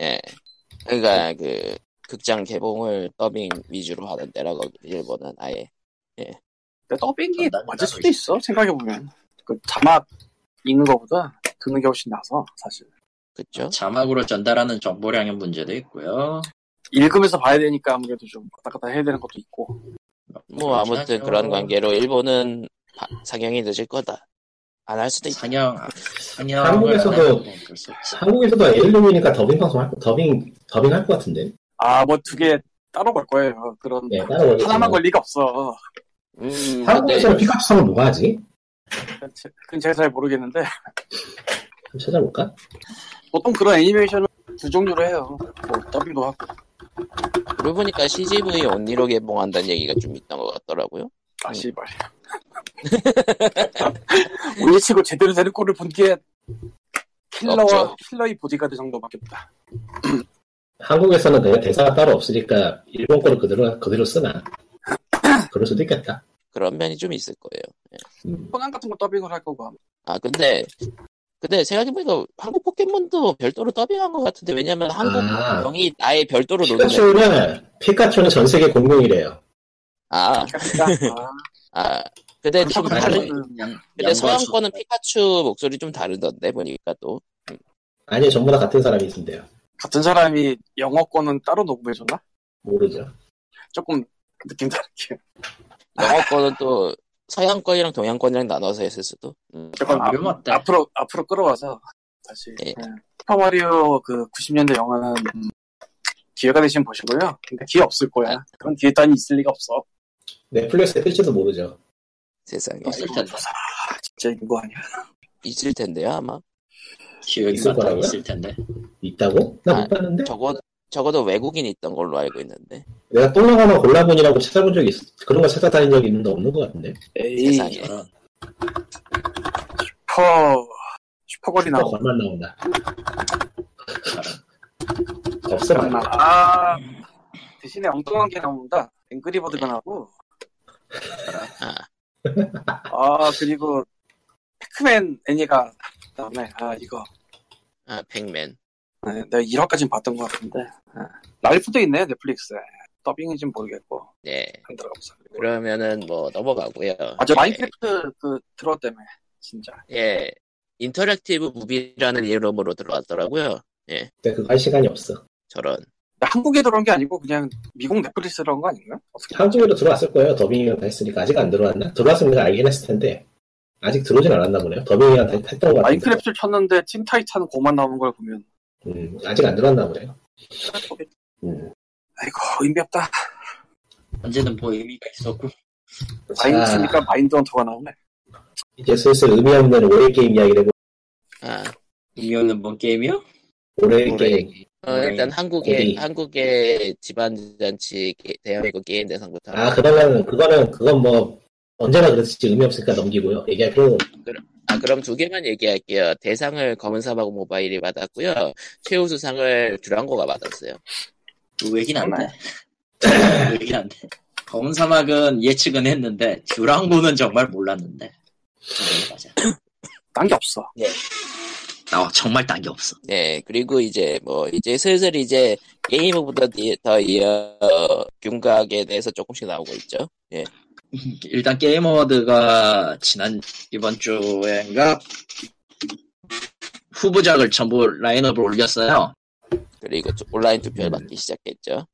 예. 그러니까 그 극장 개봉을 더빙 위주로 하는 데라고 일본은 아예. 근데 더빙이 난- 나도 맞을 수도 있어 생각해보면 그 자막 읽는 거보다 듣는 게 훨씬 나서 사실 그렇죠? 아, 자막으로 전달하는 정보량의 문제도 있고요. 읽으면서 봐야 되니까 아무래도 좀 왔다 갔다 해야 되는 것도 있고 뭐 아무튼 그렇긴 하죠. 그런 관계로 일본은 바- 상영이 늦을 거다. 안 할 수도 있다. 상영 상영 한국에서도 뭐 한국에서도 엘룸이니까 더빙 방송 할, 더빙 더빙 할 것 같은데. 아 뭐 두 개 따로 걸 거예요 그런 네, 따로 걸릴 하나만 거예요. 걸 리가 없어 음, 한국에서는 피카츄 상을 뭐가 하지? 그건 제- 그건 제가 잘 모르겠는데 한번 찾아볼까? 보통 그런 애니메이션은 두 종류로 해요 뭐 더빙도 하고 그러고 보니까 CGV 온리로 개봉한다는 얘기가 좀 있던 것 같더라고요. 아 씨발 (laughs) 올리치고 제대로 되는 꼴을 본 게 킬러와 없죠. 킬러의 보디가드 정도밖에 없다 한국에서는 그냥 대사가 따로 없으니까 일본 거를 그대로 그대로 쓰나? 그럴 수도 있겠다. 그런 면이 좀 있을 거예요. 코난 같은 거 더빙을 할 거고 아마. 아 근데 근데 생각해보니까 한국 포켓몬도 별도로 더빙한 것 같은데 왜냐면 한국 음. 아. 명이 아예 별도로 노는 그렇죠. 피카츄는 피카츄는 전 세계 공룡이래요. 아, (laughs) 그러니까 아, 아 근데 좀 그렇다고 다른 하면은 근데 서양 거는 피카츄 목소리 좀 다르던데 보니까 또 아니 전부 다 같은 사람이 있는데요. 같은 사람이 영어권은 따로 녹음해줬나? 모르죠. 조금 느낌 다르게. 아. 영어 거는 또 서양 거랑 동양 거랑 나눠서 했을 수도. 음. 조금 아, 위험하다. 앞으로, 앞으로 끌어와서 다시. 예. 예. 슈퍼마리오 그 90년대 영화는 음, 기회가 되시면 보시고요. 근데 기회 없을 거야. 그런 기회 단이 있을 리가 없어. 넷플릭스에 뜰지도 모르죠. 세상에 없을 텐데 진짜 이거 아니야. 있을 텐데요 아마. 기억이 있을 많다 거라고요? 있을 텐데 있다고? 나 못 아, 봤는데? 적어 적어도 외국인 있던 걸로 알고 있는데 내가 똥하나 골라본이라고 찾아본 적이 있어. 그런 거 찾아다닌 적이 있는데 없는 것 같은데. 에이, 세상에. 저런 슈퍼, 슈퍼걸이 나 나오고. 얼마 나온다. (laughs) 저런. 없어 나- 말이야. 아, 대신에 엉뚱한 게 나옵니다. 앵그리버드가 나오고. 아, 그리고 패크맨 애니가 그다음에 아 이거 아, 팩맨. 네, 내가 1화까지는 봤던 것 같은데 네. 라이프도 있네 넷플릭스에 더빙인지 는 모르겠고 네. 안 들어가서 그러면은 뭐 넘어가고요. 아저 예. 마인크래프트 그 들어왔다며 진짜 예. 인터랙티브 무비라는 이름으로 들어왔더라고요. 근데 그거 할 시간이 없어. 저런. 한국에 들어온 게 아니고 그냥 미국 넷플릭스 들어온 거 아닌가요? 어떻게 한국에도 들어왔을 거예요. 더빙이랑 다 했으니까. 아직 안 들어왔나? 들어왔으면 내가 알긴 했을 텐데. 아직 들어오진 않았나 보네요. 더빙이랑 다 했던 것 같은데. 마인크래프트 쳤는데 팀 타이탄 고만 나오는 걸 보면 음, 아직 안 들어왔나 보네요. 음. 아이고 의미 없다 언제는 뭐 의미가 있었고 자, 마인드니까 마인드 헌터가 나오네 이제 슬슬 의미 없는 올해 게임 이야기를 해보 아, 이거는 뭔 게임이요? 올해 올해 게임. 어, 네. 일단 한국의 거기. 한국의 집안잔치 게- 대한민국 게임 대상부터 아, 그러면, 그거는, 그건 뭐, 언제나 그랬을지 의미 없으니까 넘기고요. 얘기할 필요 아, 그럼 두 개만 얘기할게요. 대상을 검은 사막 모바일이 받았고요. 최우수상을 듀랑고가 받았어요. 왜긴 한데 (laughs) 왜긴 한데 검은 사막은 예측은 했는데 듀랑고는 정말 몰랐는데 네, 맞아. 딴 게 없어 어, 정말 딴 게 없어 네, 그리고 이제 뭐 이제 슬슬 이제 게임 오브 더 디- 더 이어 윤곽에 대해서 조금씩 나오고 있죠. 일단 게임 어워드가 지난 이번 주엔가 후보작을 전부 라인업을 올렸어요. 그리고 좀 온라인 음. 투표를 받기 시작했죠.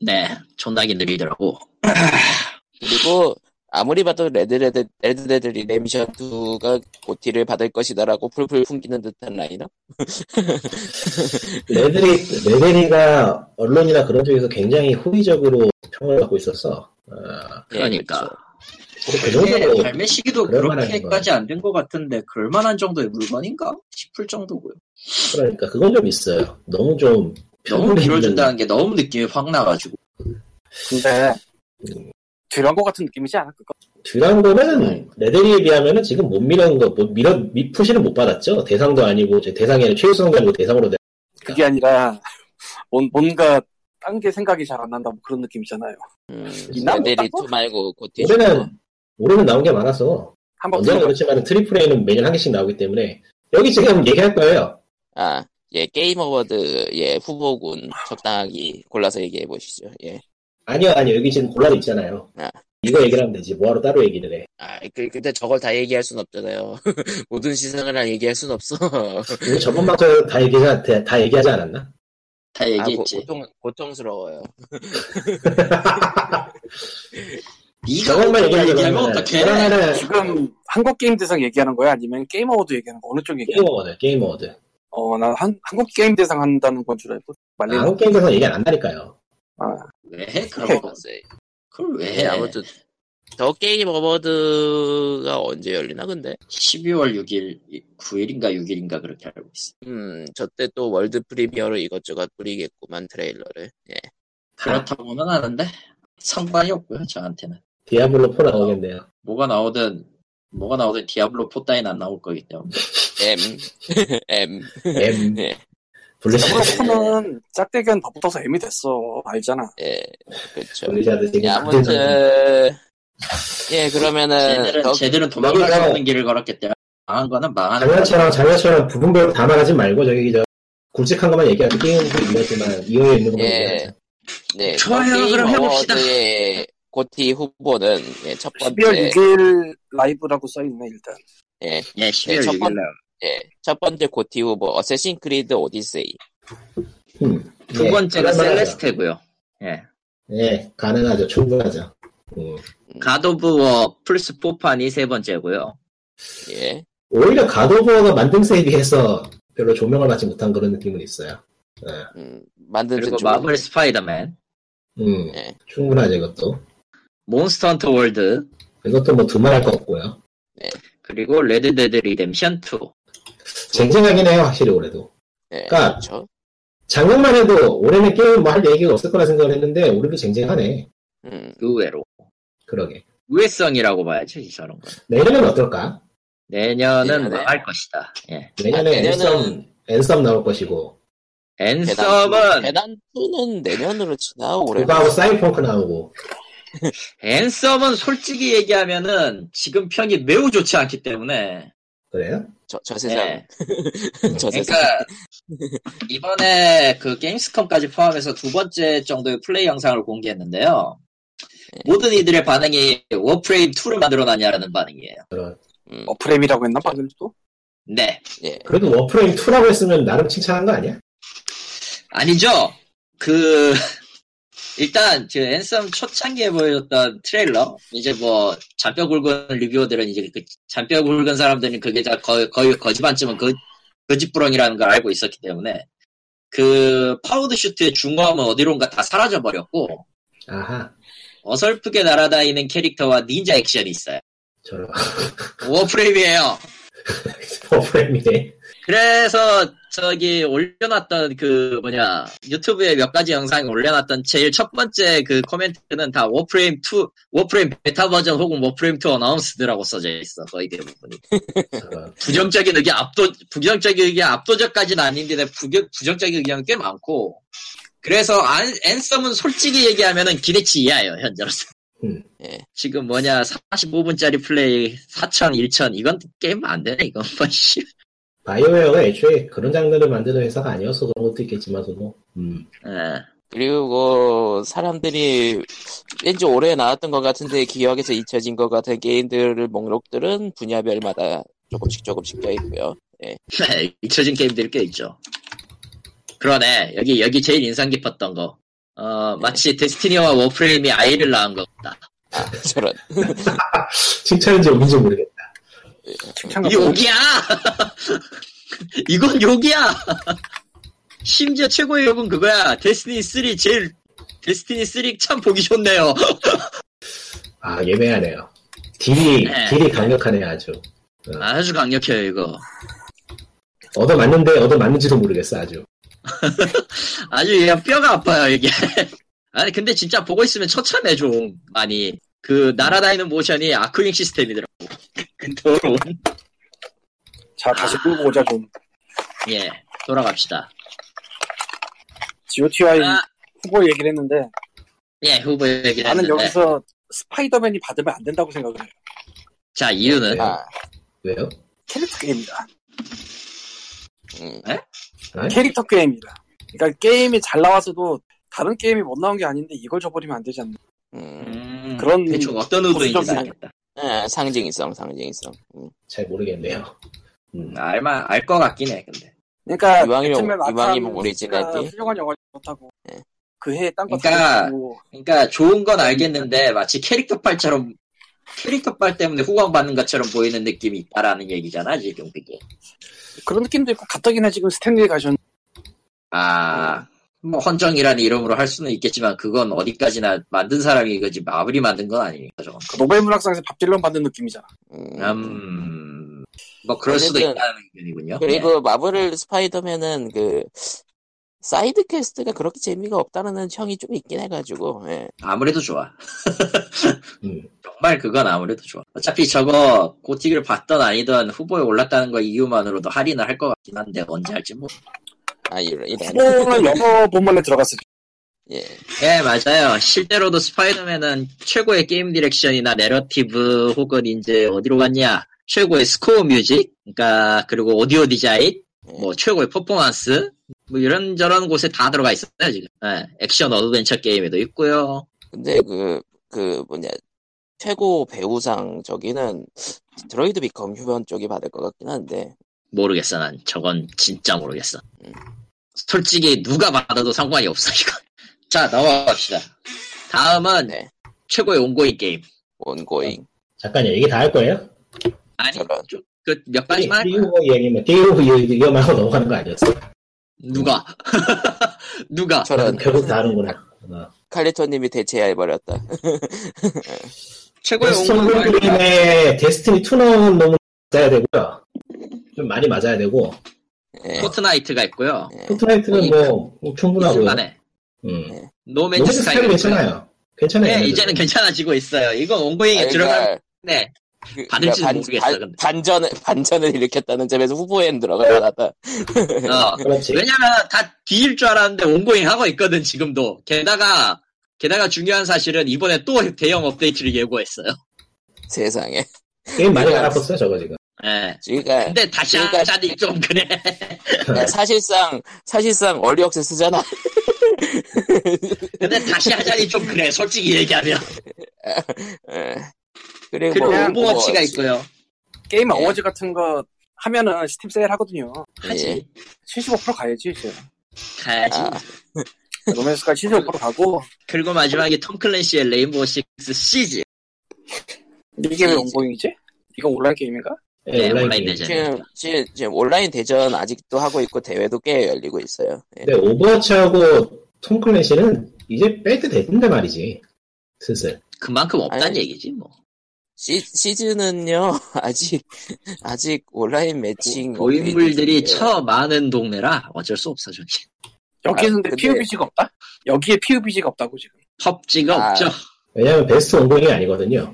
네, 존나게 느리더라고. 그리고 아무리 봐도 레드레드 레드레드 리뎀션 2가 고티를 받을 것이다라고 풀풀 풍기는 듯한 라인업. 레드리, 레데리가 언론이나 그런 쪽에서 굉장히 호의적으로 평을 받고 있었어. 어, 예, 그러니까 그렇죠. 그 정도로. 발매 시기도 그럴 만한 그렇게까지 안 된 것 같은데 그럴 만한 정도의 물건인가 싶을 정도고요. 그러니까 그건 좀 있어요. 너무 좀 너무 길어진다는 게 너무 느낌이 확 나가지고 근데 음. 듀란 거 같은 느낌이지 않아? 그거? 듀랑고는 레데리에 비하면은 지금 못 밀은 거, 못 밀어 미- 푸시는 못 받았죠. 대상도 아니고 이제 대상에는 최우수상도 아니고 대상으로 돼. 그게 아니라 (laughs) 뭔, 뭔가 딴 게 생각이 잘 안 난다 뭐 그런 느낌이잖아요 음, 있나? 레데리 없다고? 2 말고 고티. 올해는 올해는 나온 게 어, 많아서 한번 그러니까. 언제나 들어봐 그렇지만 트리플 A는 매년 한 개씩 나오기 때문에 여기 지금 얘기할 거예요. 아, 예, 게임 어워드 예 후보군 적당하게 골라서 얘기해 보시죠. 예. 아니요 아니요 여기 지금 골라도 있잖아요. 네. 아. 이거 얘기를 하면 되지 뭐하러 따로 얘기를 해. 아, 그, 근데 저걸 다 얘기할 순 없잖아요. (laughs) 모든 시상을 다 얘기할 순 없어. 아, 이거 저번 방송에 다 얘기하지 않- 다 얘기하지 않았나? 다 아, 고, 얘기했지. 고통, 고통스러워요. 네가 저것만 그걸 얘기하려고 얘기하면 하면은 어떡해? 그러면은 지금 한국 게임 대상 얘기하는 거야? 아니면 게임 어워드 얘기하는 거? 어느 쪽 얘기하는 게임 거야? 어워드 게임 어워드. 네. 어, 난 한, 한국 게임 대상 한다는 건 줄 알고 말리는 한국 게임에서 얘기 안 한다니까요. 왜 해? 그런 거. 넘어갔어요. 그걸 왜 예, 해? 아무튼 더 게임 어워드가 언제 열리나 근데? 12월 6일, 9일인가 6일인가 그렇게 알고 있어. 음, 저때 또 월드 프리미어로 이것저것 뿌리겠구만 트레일러를. 예. 그렇다고는 하는데 상관이 없고요 저한테는. 디아블로 4 (laughs) 나오겠네요. 뭐가 나오든 뭐가 나오든 디아블로 4 따윈 안 나올 거기 때문에. M (laughs) M M 예. 블리자드 저번에는 짝대기는 더 붙어서 애미 됐어. 알잖아. 예. 그렇죠. 블리자드 지금 예, 만든 아무튼 사람. 예, 그러면은 쟤들은 더 쟤들은 도망갈 수 여기가- 없는 길을 걸었기 때문에 망한 거는 망하는 거야. 장난처럼 장난처럼 부분별로 다 말하지 말고 저기 저 굵직한 것만 얘기하고 게임도 있지만 이용해 있는 것만 예. 얘기하자. 네, 좋아요. 더 게임 그럼 해봅시다. 어워드의 고티 후보는 예, 첫 12월 번째 6일 라이브라고 써있네, 일단. 예, 12월 네, 첫 6일 날. 예, 첫 번째 고티 후보 어쌔신 크리드 오디세이. 음. 두 예, 번째가 그럴만하죠. 셀레스테고요. 예. 예, 가능하죠. 충분하죠. 음. 갓 오브 워 플스 4판이 세 번째고요. 예. 오히려 가도버가 만듦새에 비해서 별로 조명을 받지 못한 그런 느낌은 있어요. 음, 만든 그리고 지 마블 스파이더맨, 음, 예. 충분하죠 이것도. 몬스터 헌터 월드, 이것도 뭐 두말할 거 없고요. 그리고 레드 데드 리뎀션 2. 쟁쟁하긴 해요 확실히 올해도. 예, 그러니까 그렇죠. 작년만 해도 올해는 게임 뭐 할 얘기가 없을 거라 생각을 했는데 올해도 쟁쟁하네. 음, 의외로. 그러게. 그 우회성이라고 봐야죠, 이 저런 거. 내년은 어떨까? 내년은 내년에. 망할 것이다. 예. 아, 내년에 내년은- 앤썸 앤썸 나올 것이고 그 앤썸은 대단 2는 내년으로 치나 올해. 그거하고 사이펑크 나오고 앤썸은 솔직히 얘기하면은 지금 평이 매우 좋지 않기 때문에 그래요? 저, 저 세상, 예. 저 세상. 그러니까 이번에 그 게임스컴까지 포함해서 두 번째 정도의 플레이 영상을 공개했는데요. 모든 이들의 반응이 워프레임 2를 만들어놨냐라는 반응이에요. 음, 어, 프레임이라고 했나? 방금 또? 네, 예. 그래도 워프레임 2라고 했으면 나름 칭찬한 거 아니야? 아니죠. 그 (laughs) 일단 그 앤썸 초창기에 보여줬던 트레일러 이제 뭐 잔뼈 굵은 리뷰어들은 이제 그 잔뼈 굵은 사람들은 그게 다 거의, 거의 거지반쯤은 그 거짓부렁이라는 걸 알고 있었기 때문에 그 파우드 슈트의 중화음은 어디론가 다 사라져 버렸고 아하 어설프게 날아다니는 캐릭터와 닌자 액션이 있어요. 저런 (laughs) 워프레임이에요. 워프레임이네 그래서 저기 올려놨던 그 뭐냐 유튜브에 몇 가지 영상 올려놨던 제일 첫 번째 그 코멘트는 다 워프레임 2 워프레임 베타 버전 혹은 워프레임 2 어나운스드라고 써져 있어 거의 대부분이 저런. 부정적인 의견 압도 부정적인 의견 압도적까지는 아닌데 부정 부정적인 의견 꽤 많고 그래서 안, 앤썸은 솔직히 얘기하면은 기대치 이하예요 현재로서 음. 예. 지금 뭐냐 45분짜리 플레이 4천 1천 이건 게임 안 되네 이건 (laughs) 뭐 씨. 바이오웨어가 애초에 그런 장르를 만드는 회사가 아니어서 그런 것도 있겠지만서도 음. 예. 그리고 사람들이 왠지 올해 나왔던 것 같은데 기억에서 잊혀진 것 같은 게임들을 목록들은 분야별마다 조금씩 조금씩 껴 있고요. (laughs) 네, (laughs) 잊혀진 게임들이 꽤 있죠. 그러네. 여기, 여기 제일 인상 깊었던 거. 어, 마치 데스티니와 워프레임이 아이를 낳은 것 같다. 저런. 칭찬인지 욕인지 모르겠다 칭찬가 욕이야! (laughs) 이건 욕이야! 심지어 최고의 욕은 그거야. 데스티니 3 제일, 데스티니 3 참 보기 좋네요. 아 예매하네요 딜이 네. 딜이 강력하네 아주 아주 강력해요, 이거. 얻어맞는데 얻어맞는지도 모르겠어 아주 아주 그냥 뼈가 아파요, 이게. (laughs) 아니, 근데 진짜 보고 있으면 처참해, 좀, 많이. 그, 날아다니는 모션이 아크윙 시스템이더라고. (laughs) 그 더러운. 자, 다시 끌고 오자, 좀. 예, 돌아갑시다. GOTY 아, 후보 얘기를 했는데, 예, 후보 네, 얘기를 나는 했는데. 여기서 스파이더맨이 받으면 안 된다고 생각을 해요. 자, 이유는? 네. 아, 왜요? 캐릭터 게임이다. 음, 캐릭터 게임이다. 그러니까 게임이 잘 나와서도 다른 게임이 못 나온 게 아닌데 이걸 줘버리면 안 되지 않나. 음. 음, 그런 대충 어떤 의도인지 보수적인- 알겠다. 아, 상징성, 상징성. 음. 잘 모르겠네요 음. 아, 알만, 알 것 같긴 해, 근데. 그러니까 이왕이면- 배트맨 아캄 이왕이면 오리지널이. 시리즈가 훌륭한 영화를 못하고 예. 그 해에 딴거 그러니까- 다 했고 그러니까 좋은 건 알겠는데, 마치 캐릭터 팔처럼, 캐릭터 팔 때문에 후광받는 것처럼 보이는 느낌이 있다라는 얘기잖아, 지금 그게. 그런 느낌도 있고 가뜩이나 지금 스탠리에 가셨는데 아, 네. 뭐, 헌정이라는 이름으로 할 수는 있겠지만, 그건 어디까지나 만든 사람이 이거지, 마블이 만든 건 아니니까, 저건. 그 노벨 문학상에서 밥 딜런 (laughs) 받는 느낌이잖아. 음. 음, 뭐, 그럴 수도 어쨌든- 있다는 의견이군요. 그리고 마블 스파이더맨은 그 사이드 퀘스트가 그렇게 재미가 없다는 형이 좀 있긴 해가지고 예. 아무래도 좋아. 음. 정말 그건 아무래도 좋아. 어차피 저거 고티기를 봤던 아니던 후보에 올랐다는 거 이유만으로도 할인을 할 것 같긴 한데 언제 할지 뭐. 모르. 아 이런 이런 후보는 영어 본문에 들어갔을 때 (laughs) 예. 예 맞아요. 실제로도 스파이더맨은 최고의 게임 디렉션이나 내러티브 혹은 이제 어디로 갔냐 최고의 스코어 뮤직, 그러니까 그리고 오디오 디자인, 뭐 최고의 퍼포먼스, 뭐 이런 저런 곳에 다 들어가 있어요 지금. 예, 액션 어드벤처 게임에도 있고요. 근데 그, 그 뭐냐 최고 배우상 저기는 드로이드 비컴 휴먼 쪽이 받을 것 같긴 한데 모르겠어 난 저건 진짜 모르겠어 음. 솔직히 누가 받아도 상관이 없어 이거 (laughs) 자 넘어갑시다 다음은 네. 최고의 온고인 게임 온고잉 잠깐요 얘기 다 할 거예요? 아, 아니 저런. 그 몇 아, 가지만 할 거야. 게이오버 얘기만 게이오버 얘기만 하고 넘어가는 거 아니었어? 누가 (laughs) 누가 저런 결국 다 하는구나 어. 칼리토님이 대체해버렸다 최고의 웨스턴 온고인 게임 홀그림의 데스티니 2는 너무 맞아야 되고요. 좀 많이 맞아야 되고 그 예. 포트나이트가 있고요 예. 포트나이트는 뭐 충분하고요. 있을만해 음. 노맨즈 노맨즈 스카이 네, 스카이 괜찮아요. 음. 괜찮아요. 네 이제는 괜찮아지고 있어요 이건 아, 온고잉에 그러니까 들어가네 그- 받을지는 그러니까 반- 모르겠어, 반- 근데. 반전을 반전을 일으켰다는 점에서 후보엔 들어가다. (laughs) 어, 그렇지. 왜냐면 다 뒤일 줄 알았는데 온고잉 하고 있거든 지금도. 게다가 게다가 중요한 사실은 이번에 또 대형 업데이트를 예고했어요. 세상에. 게임 많이 갈아엎었어요, 저거 지금. 예. 그러니까, 근데 다시 그러니까- 하자니 (laughs) 좀 그래. 네, 그러니까 사실상 사실상 얼리 억세스잖아. (laughs) 근데 다시 하자니 좀 그래. 솔직히 얘기하면. 예. 그리고, 그리고 뭐- 오버워치가 있고요. 게임 예. 어워즈 같은 거 하면은 스팀 세일 하거든요. 하지. 75% 가야지 이제. 가야지. 아. 로맨스까지 75% 가고 그리고 마지막에 톰 클랜시의 레인보우 식스 시즈. 이게 이제. 왜 온고잉이지? 이거 온라인 게임인가? 예, 네, 온라인 게임. 대전. 지금, 지금, 지금 온라인 대전 아직도 하고 있고 대회도 꽤 열리고 있어요. 예. 근데 오버워치하고 톰 클랜시는 이제 뺄때 됐는데 말이지. 슬슬. 그만큼 없단 아니. 얘기지 뭐. 시, 시즌은요 (laughs) 아직 아직 온라인 매칭 뭐 고인물들이 업데이트 중이에요. 처 많은 동네라 어쩔 수 없어 저기. 아, 여기는 근데 근데- PUBG가 없다? 여기에 PUBG가 없다고 지금. 펍지가 아. 없죠. 왜냐면 베스트 온공이 아니거든요.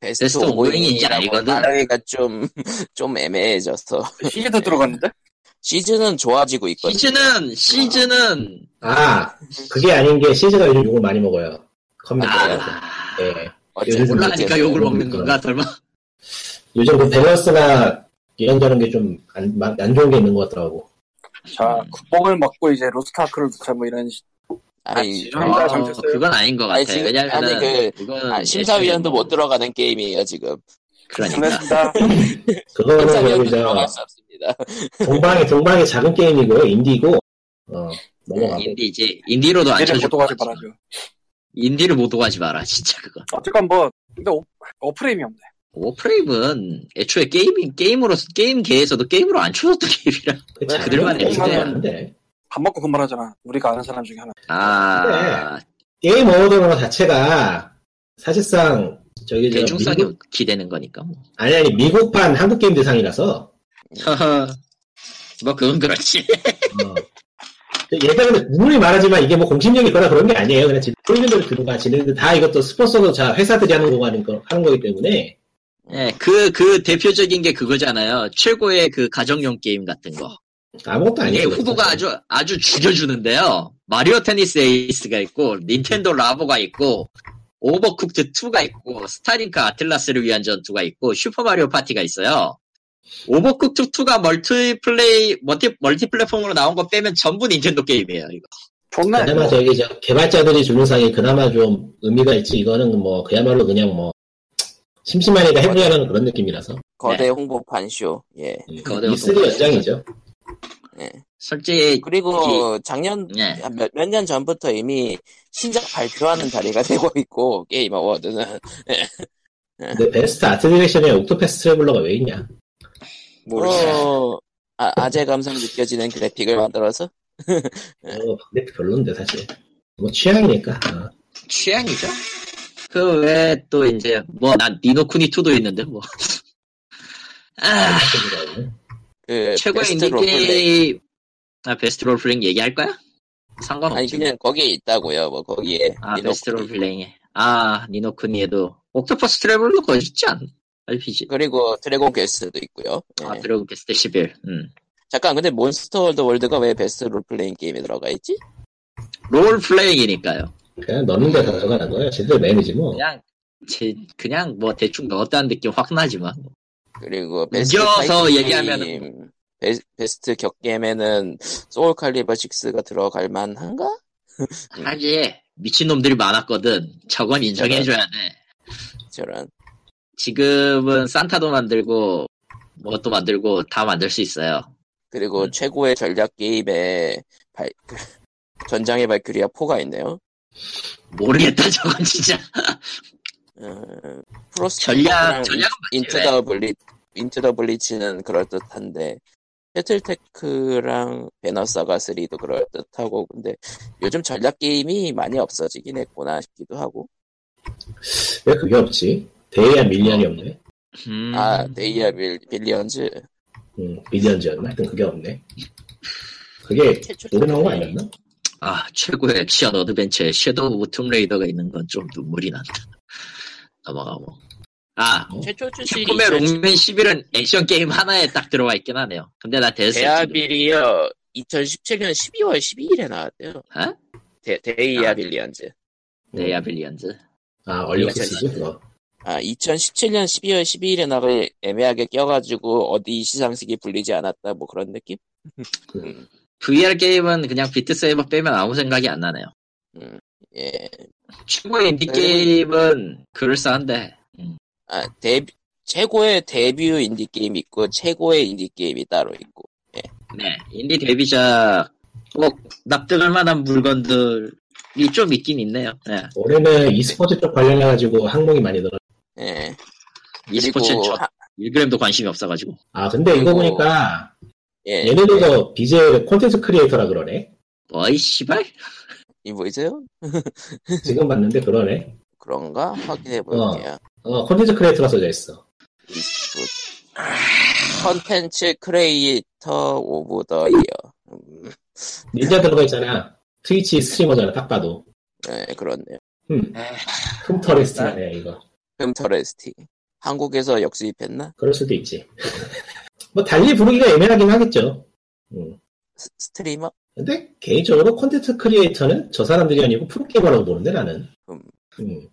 베스트 베스트 오고잉인지 오고잉이라고 알거든. 말하기가 좀 (laughs) 좀 애매해져서 그 시즌도 들어갔는데? 시즌은 좋아지고 있거든. 시즌은 시즌은 아, 그게 아닌 게 시즈가 요즘 욕을 많이 먹어요. 컴퓨터가. 아, 예. 어쨌든 요즘 올라가니까 어쨌든. 욕을 먹는 건가 설마. 요즘 그 밸런스나 이런저런 게 좀 안, 막- 안 좋은 게 있는 것 같더라고. 자, 국뽕을 먹고 이제 로스트아크를 놓자 뭐 이런 시- 아니, 아, 시즌. 아, 어, 잘못했어요. 그건 아닌 것 아니, 같아. 지금- 왜냐면은 아니, 그거는 아, 심사위원도 뭐. 못 들어가는 게임이에요 지금. 그러니까. 보냈습니다. 네, 그거는 심사위원도 저기 들어갈 저 수 없습니다. (laughs) 동방의 동방의 작은 게임이고요, 인디고. 어, 넘어가고. 인디지 인디로도 안 얘를 쳐줄 못 것 도가지 같아. 말아줘. 인디를 못 오가지 마라 진짜 그거. 어쨌건 뭐, 근데 오, 오프레임이 없네. 워프레임은 애초에 게임인 게임으로서 게임계에서도 게임으로 안 쳐줬던 (laughs) 게임이라. 그 작은 그들만 게임은 애초에. 안 돼. 밥 먹고 그만하잖아. 우리가 아는 사람 중에 하나. 아 게임 어워드라는 자체가 사실상 저기 저 대중성이 미국, 기대는 거니까 뭐. 아니 아니 미국판 한국 게임 대상이라서 음. (laughs) 뭐 그건 그렇지. (laughs) 어. 예전에 누누이 말하지만 이게 뭐 공신력이 있거나 그런 게 아니에요. 그냥 지금 뚫는 대로 들어가. 지네들 다 이것도 스폰서도 자 회사들이 하는 거 하는, 거, 하는 거기 때문에. 예, 그, 그 대표적인 게 그거잖아요. 최고의 그 가정용 게임 같은 거. 아무것도 이게 아니에요. 그렇죠. 후보가 아주, 아주 죽여주는데요. 마리오 테니스 에이스가 있고, 닌텐도 라보가 있고, 오버쿡드 2가 있고, 스타링크 아틀라스를 위한 전투가 있고, 슈퍼마리오 파티가 있어요. 오버쿡드 2가 멀티플레이, 멀티, 멀티플랫폼으로 나온 거 빼면 전부 닌텐도 게임이에요, 이거. 존나 그러니까 그나마 저기 저 개발자들이 주는 상이 그나마 좀 의미가 있지. 이거는 뭐 그야말로 그냥 뭐 심심하니까 해보자는 그런 느낌이라서. 네. 거대 홍보판 쇼. 예. 그거대로 이슬이 연장이죠. 솔직히, 그리고 작년 예. 몇 년 전부터 이미 신작 발표하는 자리가 (laughs) 되고 있고 게임 어워드는 근데 베스트 아트 디렉션에 옥토패스 트래블러가 왜 있냐? 모르겠어요. 어, 아, 아재 감성 느껴지는 그래픽을 만들어서 네. 어, 근데 별론데 사실. 뭐 취향이니까. 어. 취향이죠. 그 외에 또 이제, 뭐, 난 니노쿠니 2도 있는데, 뭐. (laughs) 아. 그 최고의 베스트 롤플레이 인디게임 아 베스트 롤플레잉 얘기할 거야? 상관없지 아니 그냥 거기에 있다고요 뭐 거기에 아 리노- 베스트 롤플레잉에 아 니노쿠니에도 옥토퍼스 트래블러 거 있지 않? RPG 그리고 드래곤 퀘스트도 있고요 예. 아 드래곤 퀘스트 11 음. 잠깐 근데 몬스터 월드 월드가 왜 베스트 롤플레잉 게임에 들어가 있지? 네. 롤플레잉이니까요 그냥 넣는 게 단서가 난 거야. 진짜 매니지 뭐. 그냥 제, 그냥 뭐 대충 넣었다는 느낌 확 나지만 그리고 베스트 이겨서 파이팅 얘기하면은- 게임, 베, 베스트 격겜에는 소울 칼리버 6가 들어갈 만한가? 네. 하지 미친놈들이 많았거든 저건 인정해줘야 돼 저런 지금은 산타도 만들고 뭐또 만들고 다 만들 수 있어요 음. 그리고 최고의 전략 게임에 발, (laughs) 전장의 발큐리아 4가 있네요. 모르겠다 저건 진짜 어, 프로스트 전략 전략 인투 더 블리 인투 더 블리치는 그럴 듯한데 셔틀테크랑 배너사가 3도 그럴 듯하고 근데 요즘 전략 게임이 많이 없어지긴 했구나 싶기도 하고 왜 그게 없지? 대야 밀리언이 없네. 음. 아 데이아 빌, 빌리언즈 음, 밀리언즈였나? 하여튼 그게 없네. 그게 최초 노래 나온 거 아니었나? 음. 아, 최고의 액션 어드벤처에 섀도우 오브 툼레이더가 있는 건 좀 눈물이 난다. 넘어가고. 아, 최초 출시 꿈의 롱맨 11은 액션 게임 하나에 딱 들어와 있긴 하네요. 근데 나 데스 지금. 데아빌이요 2017년 12월 12일에 나왔대요. 어? 데, 데이아빌리언즈. 데아빌리언즈. 아, 얼리엑세스지, 그거. 아, 2017년 12월 12일에 나를 애매하게 껴가지고 어디 시상식이 불리지 않았다 뭐 그런 느낌? VR 게임은 그냥 비트 세이버 빼면 아무 생각이 안 나네요. 예. 최고의 인디 네. 게임은 그럴싸한데. 음. 아, 데 최고의 데뷔 인디 게임 이 있고 최고의 인디 게임이 따로 있고. 네, 인디 데뷔작 꼭 납득할 만한 물건들이 좀 있긴 있네요. 네. 올해는 e스포츠 쪽 관련해가지고 항목이 많이 늘어. 예. 그리고 e스포츠는 저 하- 1g도 관심이 없어가지고. 아, 근데 이거 그리고- 보니까 예. 얘네들도 BJ 콘텐츠 크리에이터라 그러네. 어이, 씨발? 이 보이세요? 지금 봤는데 그러네. 뭐 그런가? 확인해 볼게요. 어, 콘텐츠 크리에이터라 써져 있어. 컨텐츠 크리에이터 오브 더 이어. 음, 닌자 들어가 있잖아. 트위치 스트리머잖아, 딱 봐도. 예, 그렇네요. 흠, 에이, 흠터레스트네, 이거. 금터레스티. 한국에서 역수입했나? 그럴 수도 있지. (laughs) 뭐, 달리 부르기가 애매하긴 하겠죠. 음. 스- 스트리머? 근데, 개인적으로 콘텐츠 크리에이터는 저 사람들이 아니고 프로게이머라고 보는데, 나는. 음. 음.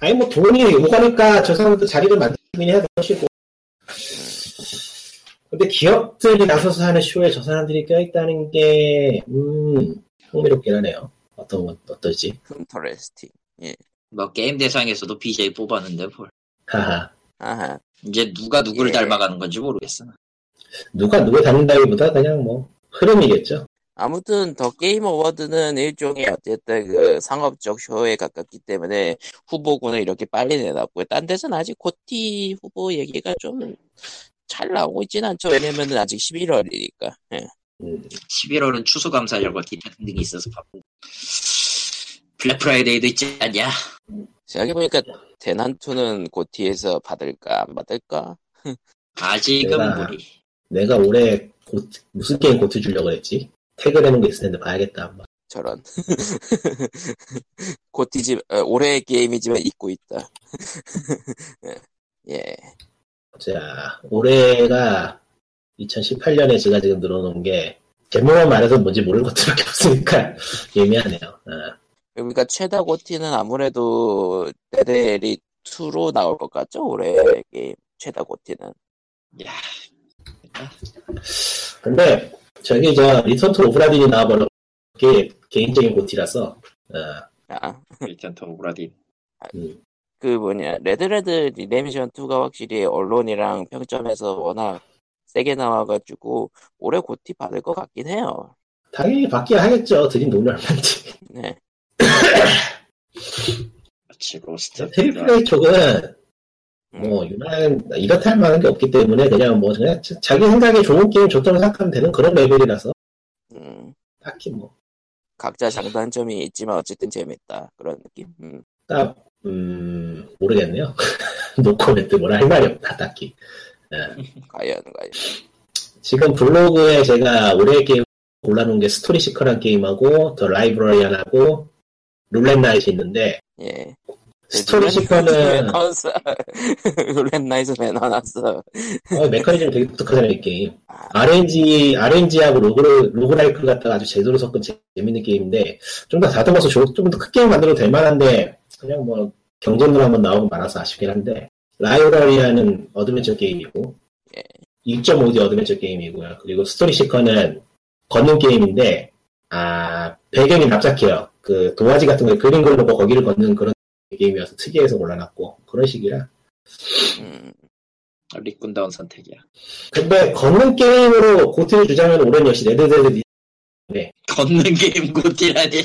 아니, 뭐, 돈이 오가니까 저 사람도 자리를 만들긴 해야 될 것이고. 근데 기업들이 나서서 하는 쇼에 저 사람들이 껴있다는 게, 음, 흥미롭긴 하네요. 어떤, 건 어떨지. 금터레스티. 뭐, 게임 대상에서도 BJ 뽑았는데, 뭘. 하하. 아하. 이제 누가 누구를 예. 닮아가는 건지 모르겠어. 누가 누구 닮는다기보다 그냥 뭐, 흐름이겠죠. 아무튼 더 게임 어워드는 일종의 어쨌든 그 상업적 쇼에 가깝기 때문에 후보군을 이렇게 빨리 내놨고요. 딴 데서는 아직 고티 후보 얘기가 좀 잘 나오고 있진 않죠. 왜냐면은 아직 11월이니까. 예. 음. 11월은 추수감사절과 기타 등등이 있어서 바쁘고. 블랙 프라이데이도 있지 않냐? 생각해보니까 대난투는 고티에서 받을까 안 받을까? 아직은 내가- 무리. 내가 올해 고- 무슨 게임 고트 주려고 했지? 태그를 해놓은 게 있을 텐데 봐야겠다 한번. 저런. (laughs) 고티지 어, 올해의 게임이지만 잊고 있다. (laughs) 예. 자, 올해가 2018년에 제가 지금 늘어놓은 게 제목만 말해서 뭔지 모를 것들밖에 (laughs) 없으니까 예매하네요. 아, 그러니까 최다 고티는 아무래도 데데리 2로 나올 것 같죠 올해 게임 최다 고티는 야, 근데 저기 저 리턴 투 오브라딘이 나와버려 게 개인적인 고티라서 아, 아그 그 일단 더 오라딘. 뭐냐 레드레드 리데미션 2가 확실히 언론이랑 평점에서 워낙 세게 나와가지고 올해 고티 받을 것 같긴 해요 당연히 받긴 하겠죠. 드린 돈이 얼마인지. 네 마치 로스트. 테리플레이 쪽은 음, 뭐 유난 이렇다 할 만한 게 없기 때문에 그냥 뭐 그냥 자기 생각에 좋은 게임 좋다고 생각하면 되는 그런 레벨이라서 음, 딱히 뭐 각자 장단점이 있지만 어쨌든 재밌다 그런 느낌 음. 딱, 음, 모르겠네요. (laughs) 노코멘트 뭐라 할 말이 없다, 딱히. 과연 과연 지금 블로그에 제가 올해의 게임 골라놓은 게 스토리 시커란 게임하고, 더 라이브러리안하고, 룰렛 나잇이 있는데, 예 스토리 시커는, (laughs) 룰렛나이스 왜 나왔어 어, 메커니즘 되게 독특하잖아요, 이 게임. RNG, RNG하고 로그, 로그라이크를 갖다가 아주 제대로 섞은 재- 재밌는 게임인데, 좀 더 다듬어서 좀더 크게 만들어도 될 만한데, 그냥 뭐, 경쟁으로 한번 나오고 말아서 아쉽긴 한데, 라이오라리아는 어드벤처 게임이고, 예. 1.5D 어드벤처 게임이고요. 그리고 스토리 시커는 걷는 게임인데, 아, 배경이 납작해요. 그, 도화지 같은 거 그린 걸로 뭐 거기를 걷는 그런 게임이어서 특이해서 골라놨고, 그런 식이라. 음. 리꾼다운 선택이야. 근데 걷는 게임으로 고트를 주자면 올해는 역시 레드데드 리- 걷는 게임 고티라니.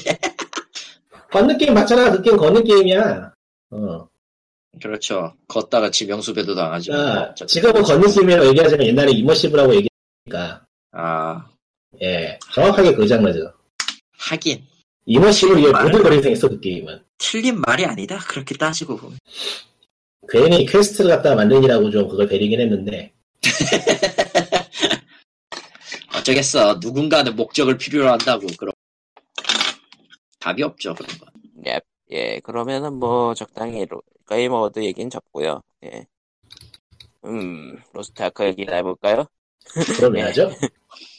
걷는 게임 맞잖아 그 게임 걷는 게임이야 어. 그렇죠. 걷다가 지명수배도 당하죠. 그러니까 어차피. 지금은 걷는 게임이라고 얘기하자면 옛날에 이머시브라고 얘기하니까 아, 예 정확하게 그 장르죠 하긴. 이머시브로 이게 말- 모든 걸 인생했어 그 게임은 틀린 말이 아니다. 그렇게 따지고 보면. 괜히 퀘스트를 갖다 만드느라고 좀 그걸 베리긴 했는데 어쩌겠어. 누군가는 목적을 필요로 한다고. 그럼. 답이 없죠. 그런 건. 예, 예, 그러면은 뭐 적당히 로- 게임 어워드 얘기는 접고요. 예. 음, 로스트 아크 얘기나 해볼까요? 그러면 하죠?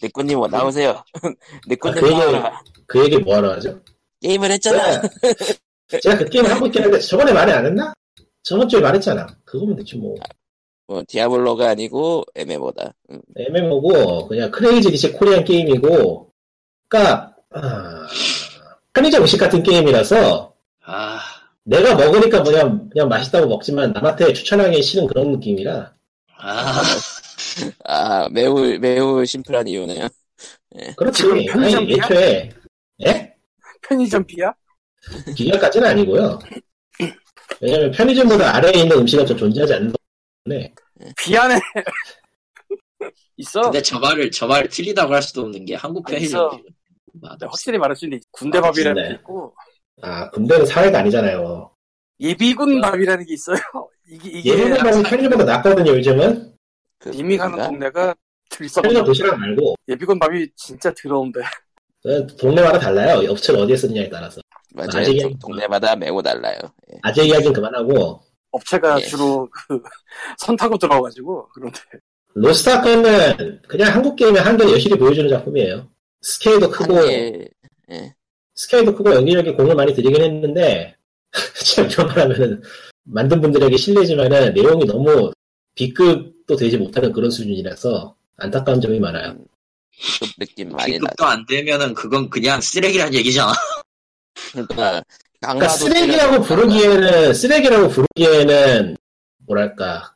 니꾸님 뭐 나오세요. (laughs) 아, 니꾸님 그거- 나와라. 그 얘기 뭐하러 하죠? 게임을 했잖아. 제가 그 게임 하고 있긴 한데 저번에 말이 안 했나? 저번 주에 말했잖아. 그거면 대체 뭐 뭐 디아블로가 아니고 MMO다. 음, MMO고 그냥 크레이지 디시 코리안 게임이고 그러니까 아, 편의점 음식 같은 게임이라서 아, 내가 먹으니까 그냥 그냥 맛있다고 먹지만 남한테 추천하기 싫은 그런 느낌이라 아, 아, 매우, 매우 심플한 이유네요. 그렇지 지금 편의점 아니, 애초에 예? 편의점 비야? 비교까지는 아니고요 왜냐면 편의점보다 아래에 있는 음식은 좀 존재하지 않는 네. 비안에 (laughs) 있어. 근데 저 말을, 저 말을 틀리다고 할 수도 없는 게 한국 아, 있어. 편의점. 근데 네, 확실히 말할 수 있는 군대 밥이라는 게 네. 있고 아 군대는 사회가 아니잖아요 예비군 밥이라는 게 있어요. (laughs) 이게 이게 예를 들면 편의점보다 낫거든요 요즘은 그, 님이 가는 그런가? 동네가 들썩 편의점 도시락 말고 예비군 밥이 진짜 더러운데 동네마다 달라요 업체를 어디에 쓰느냐에 따라서 맞아요. 아직은- 동- 동네마다 매우 달라요. 예. 아재 이야기는 그만하고 업체가 예. 주로 그선 (laughs) 타고 들어와가지고 그런데 로스타크는 그냥 한국 게임의 한계를 여실히 보여주는 작품이에요. 스케일도 크고 한계, 예. 스케일도 크고 연기력에 공을 많이 들이긴 했는데 (laughs) 참 그런 말하면은 만든 분들에게 실례지만은 내용이 너무 B급도 되지 못하는 그런 수준이라서 안타까운 점이 많아요. 그 느낌 많이 나. 비급도 안 되면은 그건 그냥 쓰레기란 얘기잖아. 그러니까 그러니까 강화도 쓰레기라고 부르기에는 쓰레기라고 부르기에는 뭐랄까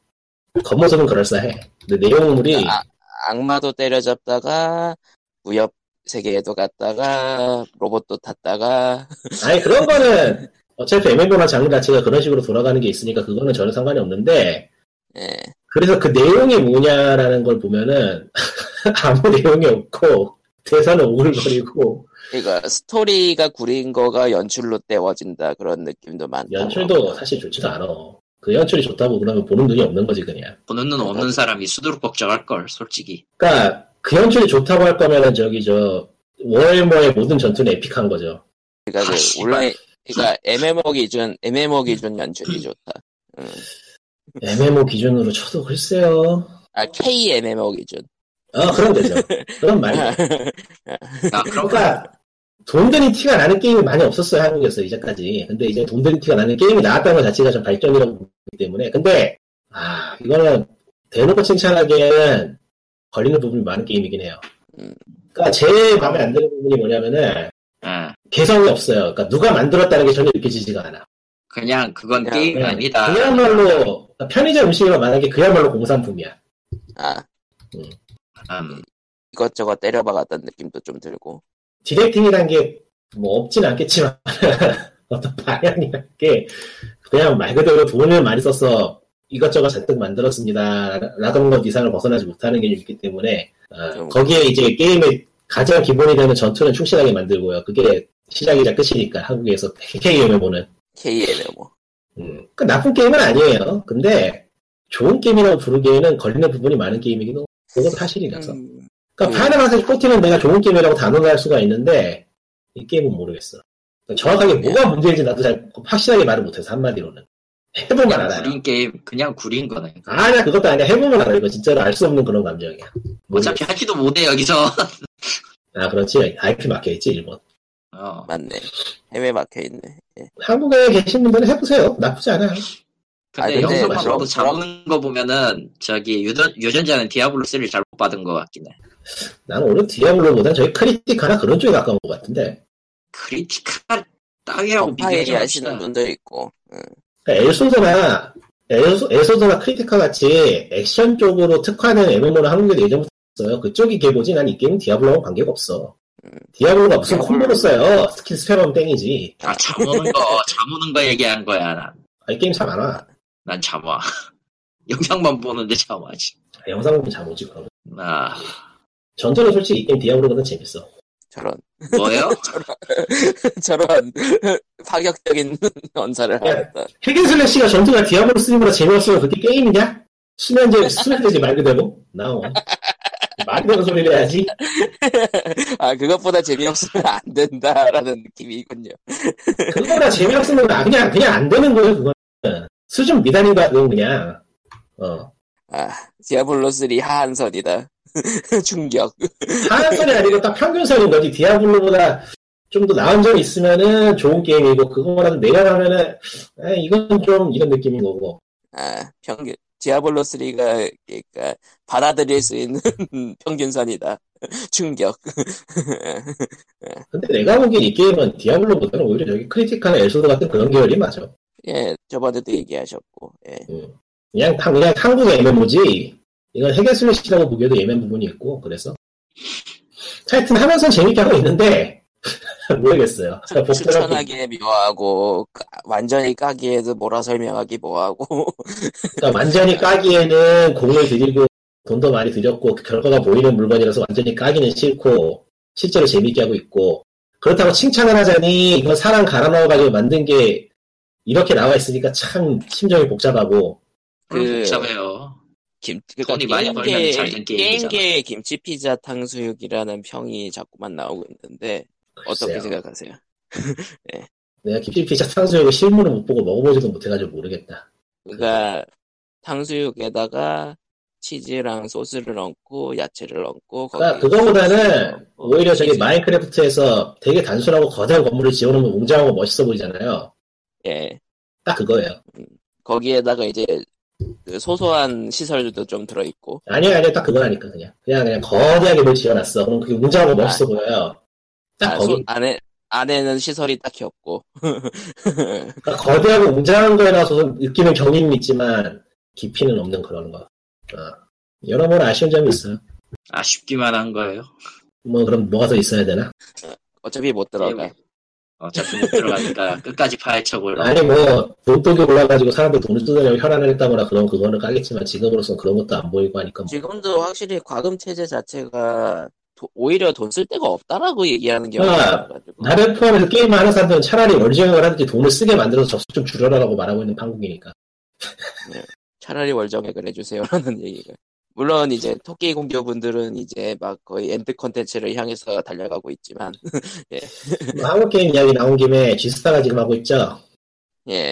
겉모습은 그럴싸해. 근데 내용물이 아, 악마도 때려잡다가 무협 세계에도 갔다가 로봇도 탔다가 아니 그런 거는 어차피 MMO나 장르 자체가 그런 식으로 돌아가는 게 있으니까 그거는 전혀 상관이 없는데 예. 그래서 그 내용이 뭐냐라는 걸 보면은 (laughs) 아무 내용이 없고 대사는 오글거리고 그러니까 스토리가 구린 거가 연출로 때워진다 그런 느낌도 많고 그러니까 연출도 사실 좋지도 않아. 그 연출이 좋다고 그러면 보는 눈이 없는 거지 그냥. (laughs) 보는 눈 없는 사람이 수두룩 걱정할 걸, 솔직히. 그러니까 그 연출이 좋다고 할 거면은 저기 저 워해머의 모든 전투는 에픽한 거죠. 그러니까 아, 그 씨발. 온라인 그러니까 MMO 기준 MMO 기준 연출이 좋다. 음. MMO 기준으로 쳐도 글쎄요. 아 K MMO 기준. 아 그런 거죠. 그런 말이야. 아, 그럼 그러니까 돈 드는 티가 나는 게임이 많이 없었어요 한국에서 이제까지. 근데 이제 돈 드는 티가 나는 게임이 나왔다는 것 자체가 좀 발전이라고 보기 때문에. 근데 아 이거는 대놓고 칭찬하기에는 걸리는 부분이 많은 게임이긴 해요. 음. 그러니까 제일 마음에 안 드는 부분이 뭐냐면은 예. 개성이 없어요. 그러니까 누가 만들었다는 게 전혀 느껴지지가 않아. 그냥 그건 그냥, 게임 그냥- 네. 아니다. 그야말로 그러니까 편의점 음식이라 말한 게 그야말로 공산품이야. (laughs) 아 음, 이것저것 때려박았던 느낌도 좀 들고. 디렉팅이란 게 뭐 없진 않겠지만 (laughs) 어떤 방향이란 게 그냥 말 그대로 돈을 많이 써서 이것저것 잔뜩 만들었습니다 라던 것 이상을 벗어나지 못하는 게 있기 때문에 어, 좀- 거기에 이제 게임의 가장 기본이 되는 전투는 충실하게 만들고요 그게 시작이자 끝이니까 한국에서 KM을 보는 K MMO. 음, 그 나쁜 게임은 아니에요 근데 좋은 게임이라고 부르기에는 걸리는 부분이 많은 게임이기도 하고 그건 사실이라서 음, 그러니까 음. 네. 파이널 판타지 14는 내가 좋은 게임이라고 단언할 수가 있는데 이 게임은 모르겠어. 그러니까 정확하게 네. 뭐가 문제인지 나도 잘 확실하게 말을 못해서 한마디로는 해보면 그냥 알아요. 구린 게임, 그냥 구린 거네. 아니야 그것도 아니야 해보면 알아. 이거 진짜로 알 수 없는 그런 감정이야. 어차피 하지도 못해, 여기서. (laughs) 아 그렇지 IP 막혀 있지 일본. 어. 맞네. 해외 막혀 있네. 한국에 계신 분들은 해보세요. 나쁘지 않아요. 근데 아니, 근데 영상만 그럼- 봐도 잡는 거 보면은 저기 유전, 유전자는 디아블로 3를 잘못 받은 것 같긴 해. 나는 오히려 디아블로보단 저희 크리티카나 그런 쪽에 가까운 것 같은데. 크리티컬 따위라고 파이리 비교하지 하시는 맙시다. 분도 있고. 음. 그러니까 엘소드나 엘소, 엘소드나 크리티카 같이 액션 쪽으로 특화된 MMO는 한국에도 예전부터 있어요. 그쪽이 개보지 난 이 게임 디아블로하고 관계가 없어. 디아블로가 무슨 디아블로. 콤보로 써요. 스킬 스페럼 땡이지. 아, 잠오는 거, (laughs) 잠오는 거 얘기한 거야, 난. 아, 이 게임 참 안 와. 난 잠와. (laughs) 영상만 보는데 잠와지. 아, 영상 보면 잘 오지 그러면. 아, 전투는 솔직히 이 게임 디아블로보다 재밌어. 저런 (laughs) 뭐예요? 저런 (laughs) 파격적인 (laughs) 언사를 네. 하였다. (laughs) 핵인슬래시가 전투가 디아블로 3보다 재미없으면 그게 게임이냐? 수면제, 수면제지 말 그대로? 나와. 만드는 소리를 해야지. 아, 그것보다 재미없으면 안 된다라는 느낌이군요. 그거나 재미없으면 아, 그냥, 그냥 안 되는 거예요, 그거는. 수준 미달이거든, 그냥. 어. 아, 디아블로3 하한선이다. (laughs) 충격. 하얀선이 아니고 딱 평균선인 거지. 디아블로보다 좀 더 나은 점이 있으면은 좋은 게임이고, 그거보다 내려가면은, 에, 이건 좀 이런 느낌인 거고. 아, 평균. 디아블로3가, 그니까, 받아들일 수 있는 (laughs) 평균선이다. (laughs) 충격. (laughs) 근데 내가 보기엔 이 게임은 디아블로보다는 오히려 저기 크리티카나 엘소드 같은 그런 계열이 맞아. 예, 저번에도 얘기하셨고, 예. 그냥, 탕- 그냥 한국 MMO지. 이건 해결 슬래시라고 보기에도 예매 부분이 있고, 그래서. 하여튼 하면서 재밌게 하고 있는데, (laughs) 모르겠어요. 복잡하고 추천하기에 미워하고, 까- 완전히 까기에도 뭐라 설명하기 뭐하고. (laughs) 그러니까 완전히 까기에는 공을 들이고 돈도 많이 들였고 결과가 보이는 물건이라서 완전히 까기는 싫고 실제로 재밌게 하고 있고 그렇다고 칭찬을 하자니 이건 사람 갈아 넣어가지고 만든 게 이렇게 나와 있으니까 참 심정이 복잡하고 그- 복잡해요. 김, 그러니까 돈이 많이 벌면 게임계- 잘된 게임이잖아. 게임계의 김치 피자 탕수육이라는 평이 자꾸만 나오고 있는데, 어떻게 글쎄요. 생각하세요? 내가 김치피자 탕수육을 실물을 못 보고 먹어보지도 못해가지고 모르겠다 그러니까 탕수육에다가 치즈랑 소스를 얹고 야채를 얹고 그러니까 거기에 소스를 그거보다는 얹고 오히려 저기 치즈. 마인크래프트에서 되게 단순하고 거대한 건물을 지어놓으면 웅장하고 멋있어 보이잖아요 예 딱 그거예요 거기에다가 이제 그 소소한 시설들도 좀 들어 있고 아니야, 아니야, 딱 그거라니까, 그냥. 그냥, 그냥 거대하게 뭘 지어놨어. 그럼 그게 웅장하고 멋있어 보여요. 딱 아, 거기, 소- 안에 안에는 시설이 딱히 없고 그러니까 거대하고 웅장한 거에 나와서 느끼는 경임은 있지만, 깊이는 없는 그런 거. 어. 여러모로 아쉬운 점이 있어요. 아쉽기만 한 거예요. 뭐, 그럼 뭐가 더 있어야 되나? 어차피 예, 못 들어가 어차피 못 들어가니까 (laughs) 끝까지 파헤쳐볼. 어, 아니, 뭐, 돈독이 올라가지고 사람들 돈을 뜯어내고 혈안을 했다거나 그런 그거는 까겠지만, 지금으로선 그런 것도 안 보이고 하니까 뭐. 지금도 확실히 과금 체제 자체가 도- 오히려 돈 쓸 데가 없다라고 얘기하는 경우가 아, 많아가지고 나를 포함해서 게임을 하는 사람들은 차라리 월정액을 하든지 돈을 쓰게 만들어서 접속 좀 줄여라라고 말하고 있는 판국이니까. 차라리 월정액을 해주세요라는 (laughs) 얘기가. 물론 이제 토끼 공교분들은 이제 막 거의 엔드 콘텐츠를 향해서 달려가고 있지만 (laughs) 뭐 한국 게임 이야기 나온 김에 G스타가 지금 하고 있죠? 예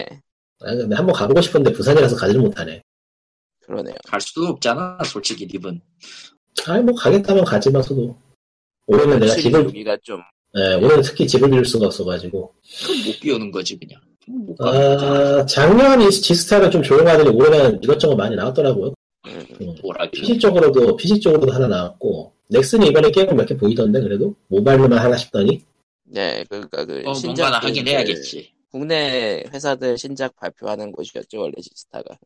아, 근데 한번 가보고 싶었는데 부산이라서 가지를 못하네. 그러네요. 갈 수도 없잖아. 솔직히 립은. 아니 뭐 가겠다면 가지만서도 올해는 내가 확실히 집을 여기가 좀 예, 올해는 특히 집을 빌릴 수가 없어가지고 그럼 못 비우는 거지 그냥. 못 가는 거잖아. 그렇죠. 아 작년 이 지스타는 좀 조용하더니 올해는 이것저것 많이 나왔더라고요. 음, 뭐라기. PC 쪽으로도 PC 쪽으로도 하나 나왔고 넥슨이 이번에 게임을 몇 개 보이던데 그래도 모바일로만 하나 싶더니 네 그러니까 그 어, 신작 뭔가나 하긴 게임들, 해야겠지. 국내 회사들 신작 발표하는 곳이었죠 원래 지스타가.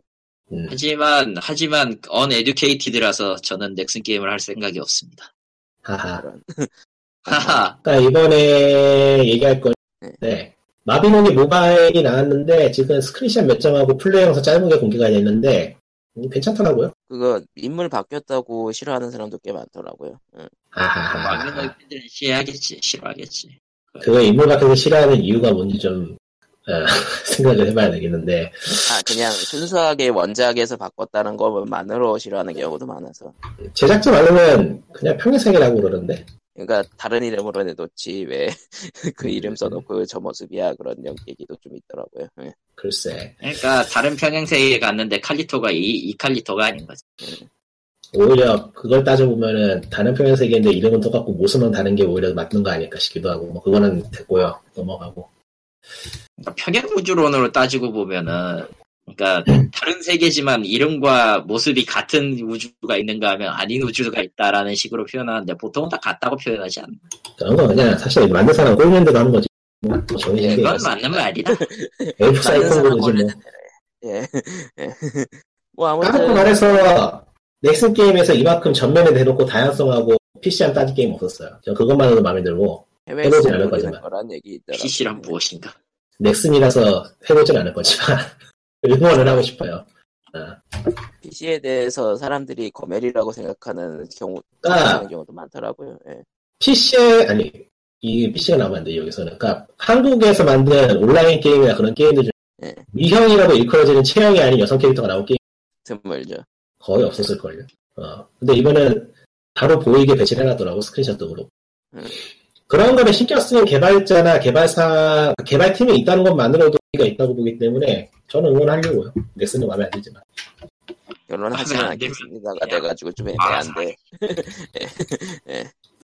음, 하지만 하지만 언에듀케이티드라서 저는 넥슨 게임을 할 생각이 없습니다. 하하. 하하. 그러니까 이번에 얘기할 네. 건데 마비노기 모바일이 나왔는데 지금 스크린샷 몇 장하고 플레이 영상 짧은 게 공개가 됐는데 음, 괜찮더라고요. 그거 인물 바뀌었다고 싫어하는 사람도 꽤 많더라고요. 음. 응. 아, 하하하. 막연한 팬들은 싫어하겠지. 싫어하겠지. 그거 인물 같은 거 싫어하는 이유가 뭔지 좀 어, (laughs) 생각을 해봐야 되겠는데 아 그냥 순수하게 원작에서 바꿨다는 것만으로 싫어하는 경우도 많아서. 제작자 말로는 그냥 평행세계라고 그러는데 그러니까 다른 이름으로 내놓지 왜 (laughs) 그 이름 써놓고 저 모습이야 그런 영- 얘기도 좀 있더라고요. 예. 글쎄 그러니까 다른 평행세계에 갔는데 칼리토가 이, 이 칼리토가 아닌 거지. 오히려 그걸 따져보면은 다른 평행세계인데 이름은 똑같고 모습은 다른 게 오히려 맞는 거 아닐까 싶기도 하고 뭐 그거는 됐고요 넘어가고 그러니까 평행우주론으로 따지고 보면은 그러니까 다른 세계지만 이름과 모습이 같은 우주가 있는가 하면 아닌 우주가 있다라는 식으로 표현하는데 보통은 다 같다고 표현하지 않나. 그런 거 그냥 사실 만든 사람 꼴리는데도 하는 거지 뭐 정해진 게 그건 있어. 예, 맞는 말이다. 엘프 다른 사람 사이코는 거지 뭐 원래는 예. (laughs) 예. 뭐 까놓고 아무튼 말해서 넥슨 게임에서 이만큼 전면에 대놓고 다양성하고 PC랑 따진 게임 없었어요 저 그것만으로도 마음에 들고 해외에서 해보지 않을 노리는 거지만. 거란 얘기 있더라고요. 네. PC란 무엇인가. 넥슨이라서 해보진 않을 거지만 (laughs) 응원을 하고 싶어요. PC에 대해서 사람들이 거멜이라고 생각하는 경우 아. 생각하는 경우도 많더라고요. 예. PC에 아니 이 PC가 나오면 안 돼, 여기서는. 그러니까 한국에서 만든 온라인 게임이나 그런 게임들 중 예. 미형이라고 일컬어지는 체형이 아닌 여성 캐릭터가 나온 게임 드물죠. 거의 없었을 걸요. 어. 근데 이번엔 바로 보이게 배치를 해놨더라고 스크린샷도 그렇고 그런 거는 신경 쓰는 개발자나 개발사 개발팀이 있다는 것만으로도 의미가 있다고 보기 때문에 저는 응원하려고요 넥슨은 마음에 안 들지만 결론 하지는 아, 안 되면- 않겠습니다가 야. 돼가지고 좀 알아서 애매한데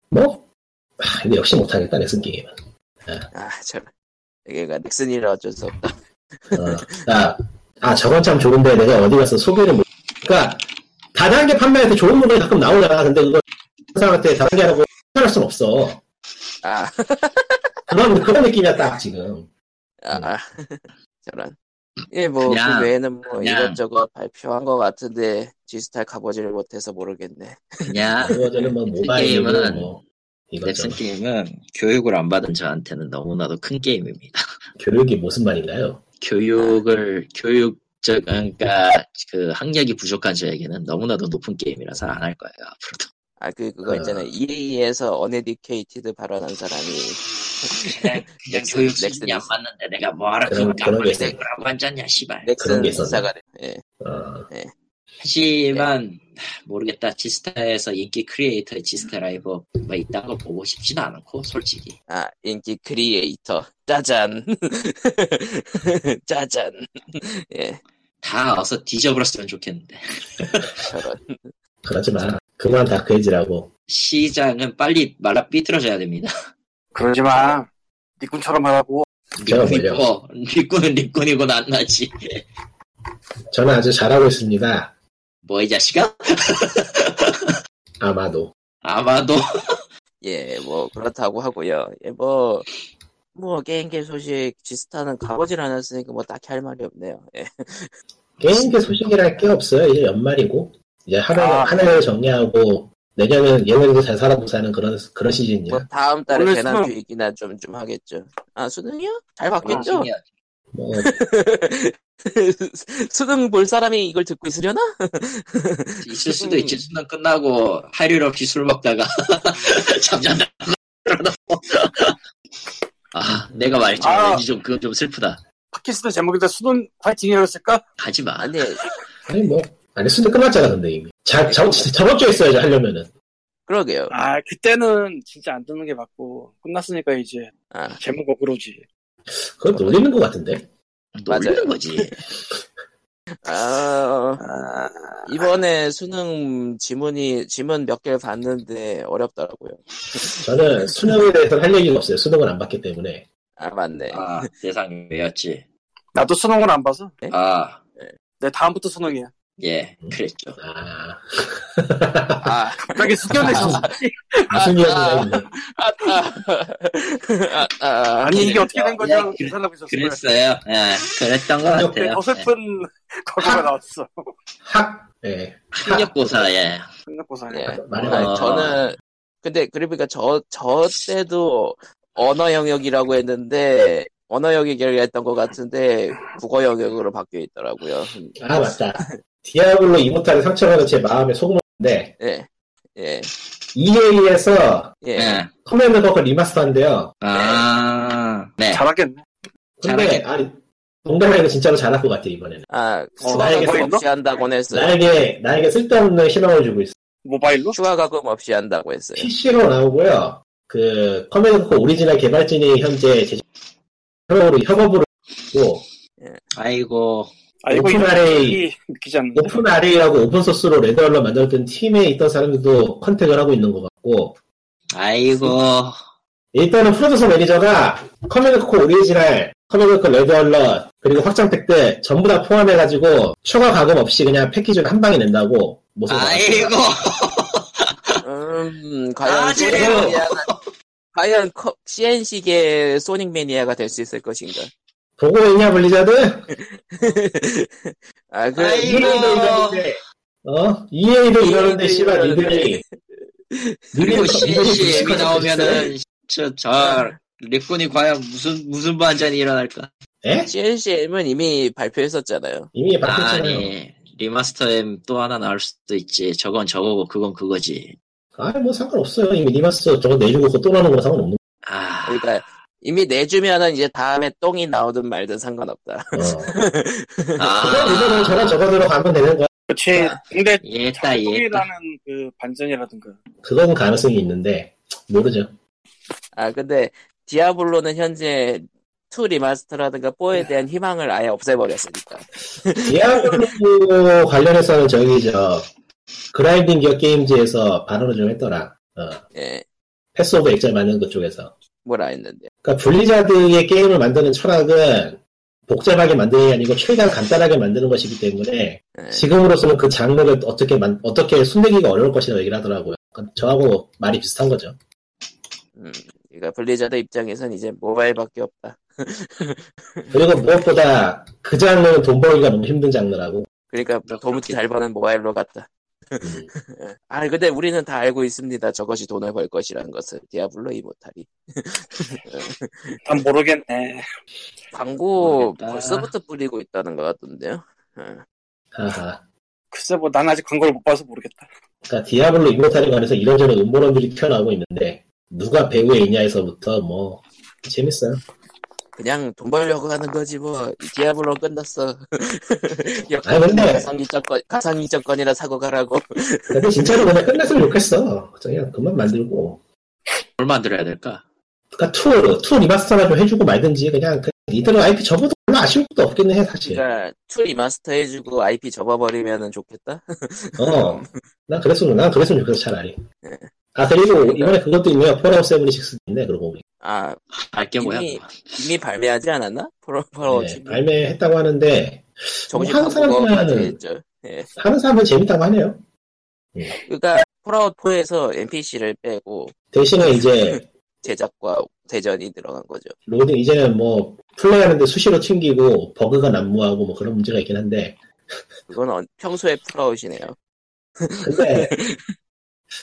뭐 아, 근데 역시 못하겠다 넥슨 게임은 아참 이게가 그러니까 넥슨이라 어쩔 수 없다 어, 아, 아, 저건 참 좋은데 내가 어디 가서 소개를 못. 그러니까 다단계 판매할 때 좋은 물건이 가끔 나오잖아. 근데 그거 사람한테 다단계라고 표현할 순 없어. 아, (laughs) 그런 그런 느낌이야 딱 지금. 아 (laughs) 저런 예뭐그 그냥- 외에는 뭐 그냥- 이것저것 발표한 것 같은데 디지털 가보지를 못해서 모르겠네 그냥 이거저는 뭐 모바일이고 게임은 뭐 넥슨 이것저것 게임은 교육을 안 받은 저한테는 너무나도 큰 게임입니다. 교육이 무슨 말인가요? 교육을 교육적 그러니까 그 학력이 부족한 저에게는 너무나도 높은 게임이라서 안 할 거예요 앞으로도. 아 그 그거 어. 있잖아 EA에서 어네디케이티드 발언한 사람이 그냥 그냥, 넥슨- 네, 교육 수준이 넥슨 안 있어. 맞는데 내가 뭐하러 그런- 그걸 그런 게 있어요. 하고 앉았냐 씨발. 넥슨 게 있었네. 기사가 돼. 예. 어, 하지만 모르겠다 지스타에서 인기 크리에이터의 지스타 라이브 뭐 이딴 거 보고 싶진 않고 솔직히 아 인기 크리에이터 짜잔 (laughs) 짜잔 (laughs) 예 다 어서 뒤져버렸으면 좋겠는데 저런 그러지 마. 그만 다크해지라고. 시장은 빨리 말라 삐뚤어져야 됩니다. (laughs) 그러지 마. 니꾼처럼 하라고. 제가 리꾼 몰려. 이뻐. 리꾼은 리꾼이고 난 나지. 저는 아주 잘하고 있습니다. 뭐 이 자식아? 아마도. 아마도 (laughs) 예 뭐 그렇다고 하고요 예 뭐 뭐 게임계 소식 지스타는 가보질 않았으니까 뭐 딱히 할 말이 없네요 예 게임계 소식이랄 게 없어요. 이제 연말이고 이제 하루 아. 한 해를 정리하고 내년은 예년에도 잘 살아보자는 그런 그런 시즌이야. 뭐 다음 달에 원래 배낭 수능- 교육이나 좀 좀 하겠죠 아 수능이요? 잘 봤겠죠? 뭐 (laughs) 수능 볼 사람이 이걸 듣고 있으려나? 있을 수도 있지. 수능 끝나고 할 일 없이 술 먹다가 (laughs) 잠잔다. 아, 내가 말했지만 아. 왠지 좀 그건 좀 슬프다. 팟캐스트 제목인데 수능 파이팅이었을까? 하지 마. 아니 아니 뭐 아니 수능 끝났잖아 근데 이미 자, 저, 저번 주에 있어야지 하려면은 그러게요 아, 그때는 진짜 안 듣는 게 맞고, 끝났으니까 이제 아 제목 어그로지. 그건 놀리는 것 같은데 맞아요. 놀리는 거지. 아, 아, 이번에 수능 지문이 지문 몇 개를 봤는데 어렵더라고요. 저는 수능에 대해서는 할 얘기가 없어요 수능은 안 봤기 때문에 아 맞네. 아, 세상이 왜였지. 나도 수능을 안 봐서. 아, 내 다음부터 수능이야. 예, 그랬죠. 아 아, 갑자기 숙연해졌어. 아순이었구나 있네 아, 아, 아니, 이게 어떻게 된 야, 거냐고 그래- 계산하고 있었어요. 그랬어요. 예, 그랬던 것 네, 같아요. 예, 어설픈 (laughs) 과거가 나왔어. 학 예. 학력고사, 예. 생각보사네. 예. 말해봐. 아니, 저는 근데 그러니까 저 저 때도 언어 영역이라고 했는데 언어 영역이라고 했던 것 같은데 국어 영역으로 바뀌어 있더라고요. 아 맞다 디아블로 이모탈의 상처받은 제 마음에 소금인데 예, 예, EA에서 예. 예. 커맨드 버거 리마스터인데요 아, 네. 잘하겠네. 근데 잘하겠- 아니 동남아 이거 진짜로 잘할 것 같아 이번에는 아, 어, 추가 가금 알겠어. 없이 한다고 했어요. 나에게 나에게 쓸데없는 희망을 주고 있어 모바일로? 추가 가금 없이 한다고 했어요. PC로 나오고요 그 커맨드 버거 오리지널 개발진이 현재 제작 협업으로 협업으로 있고 아이고, 아, 이거 오픈 RA. 이 믿기지 않는데. 오픈 RA라고 오픈 소스로 레드얼러 만들었던 팀에 있던 사람들도 컨택을 하고 있는 것 같고 아이고. 일단은 프로듀서 매니저가 커뮤니코 오리지널, 커뮤니코 레드얼러 그리고 확장팩들 전부 다 포함해가지고 추가 가금 없이 그냥 패키지를 한 방에 낸다고 모습을 봤어요. 아이고. 음, 과연 아, 소닉 제발. 매니아가- 과연 커- CNC계 소닉 매니아가 될 수 있을 것인가? 보고 있냐 블리자드? 아, 그 아이. EA도 이러는데 어? EA도 이러는데 씨발 니들이 그리고 니들이 CNC 앱이 시커멓게 나오면은 저, 저 리꾼이 과연 무슨 무슨 반전이 일어날까? 에? CNCM은 이미 발표했었잖아요. 예? 이미 바뀌었잖아요 아니 리마스터 앱 또 하나 나올 수도 있지. 저건 저거고 그건 그거지. 아니 뭐 상관없어요 이미 리마스터 저거 내주고 그거 또 나오는 거랑 상관없는 아 그러니까 이미 내주면은 이제 다음에 똥이 나오든 말든 상관없다. 거야 어. 아, 그냥 이거는 저런 저거 들어가면 되는 거야. 그치. 근데 예다 예다. 자동이라는 그 반전이라든가. 그건 가능성이 있는데 모르죠. 아 근데 디아블로는 현재 2 리마스터라든가 4에 대한 희망을 아예 없애버렸으니까. 디아블로 관련해서는 저기 저 그라인딩 기어 게임즈에서 발언을 좀 했더라. 어, 예, 패스 오브 액자 만드는 것 쪽에서. 뭐라 했는데. 그러니까 블리자드의 게임을 만드는 철학은 복잡하게 만드는 게 아니고 최대한 간단하게 만드는 것이기 때문에 예. 지금으로서는 그 장르를 어떻게 만, 어떻게 순대기가 어려울 것이라고 얘기를 하더라고요. 그러니까 저하고 말이 비슷한 거죠. 음, 그러니까 블리자드 입장에선 이제 모바일밖에 없다. 그리고 무엇보다 그 장르는 돈 벌기가 너무 힘든 장르라고. 그러니까 뭐 도무지 그렇겠지. 잘 버는 모바일로 갔다. 음. 아 근데 우리는 다 알고 있습니다. 저것이 돈을 벌 것이라는 것을 디아블로 이모탈이. 난 모르겠네. 광고 모르겠다. 벌써부터 뿌리고 있다는 것 같던데요. 어, 하하. 글쎄 뭐 난 아직 광고를 못 봐서 모르겠다. 그러니까 디아블로 이모탈에 관해서 이런저런 음모론들이 튀어나오고 있는데 누가 배우에 있냐에서부터 뭐 재밌어요. 그냥 돈 벌려고 하는 거지 뭐. 이 디아블로 끝났어. (laughs) 아, 근데- 네. 가상이적 건 가상이적 건이라 사고 가라고. 근데 그러니까 진짜로 그냥 끝났으면 좋겠어. 그냥 그만 만들고. 뭘 만들어야 될까? 그러니까 투어 투 리마스터나 좀 해주고 말든지 그냥 그 니들은 IP 접어도 별로 아쉬울 것도 없겠네 사실. 그러니까 툴 리마스터 해주고 IP 접어버리면은 좋겠다. 어, 난 그랬으면 난 그랬으면 좋겠어 차라리. 네. 아 그리고 이번에 그것도 있네요. 폴아웃 세븐식스인데 그러고 보니 아 알게 뭐야? 이미- 그거. 이미 발매하지 않았나? 프로 프로 네, 발매했다고 하는데 정식 뭐 항상 광고가 하면은- 되겠죠. 예. 하는 사람은 재밌다고 하네요. 그러니까 폴아웃 4에서 NPC를 빼고 대신에 이제 (laughs) 제작과 대전이 들어간 거죠. 로딩 이제는 뭐 플레이하는데 수시로 튕기고 버그가 난무하고 뭐 그런 문제가 있긴 한데 그건 언- 평소에 폴아웃이네요. (laughs) 근데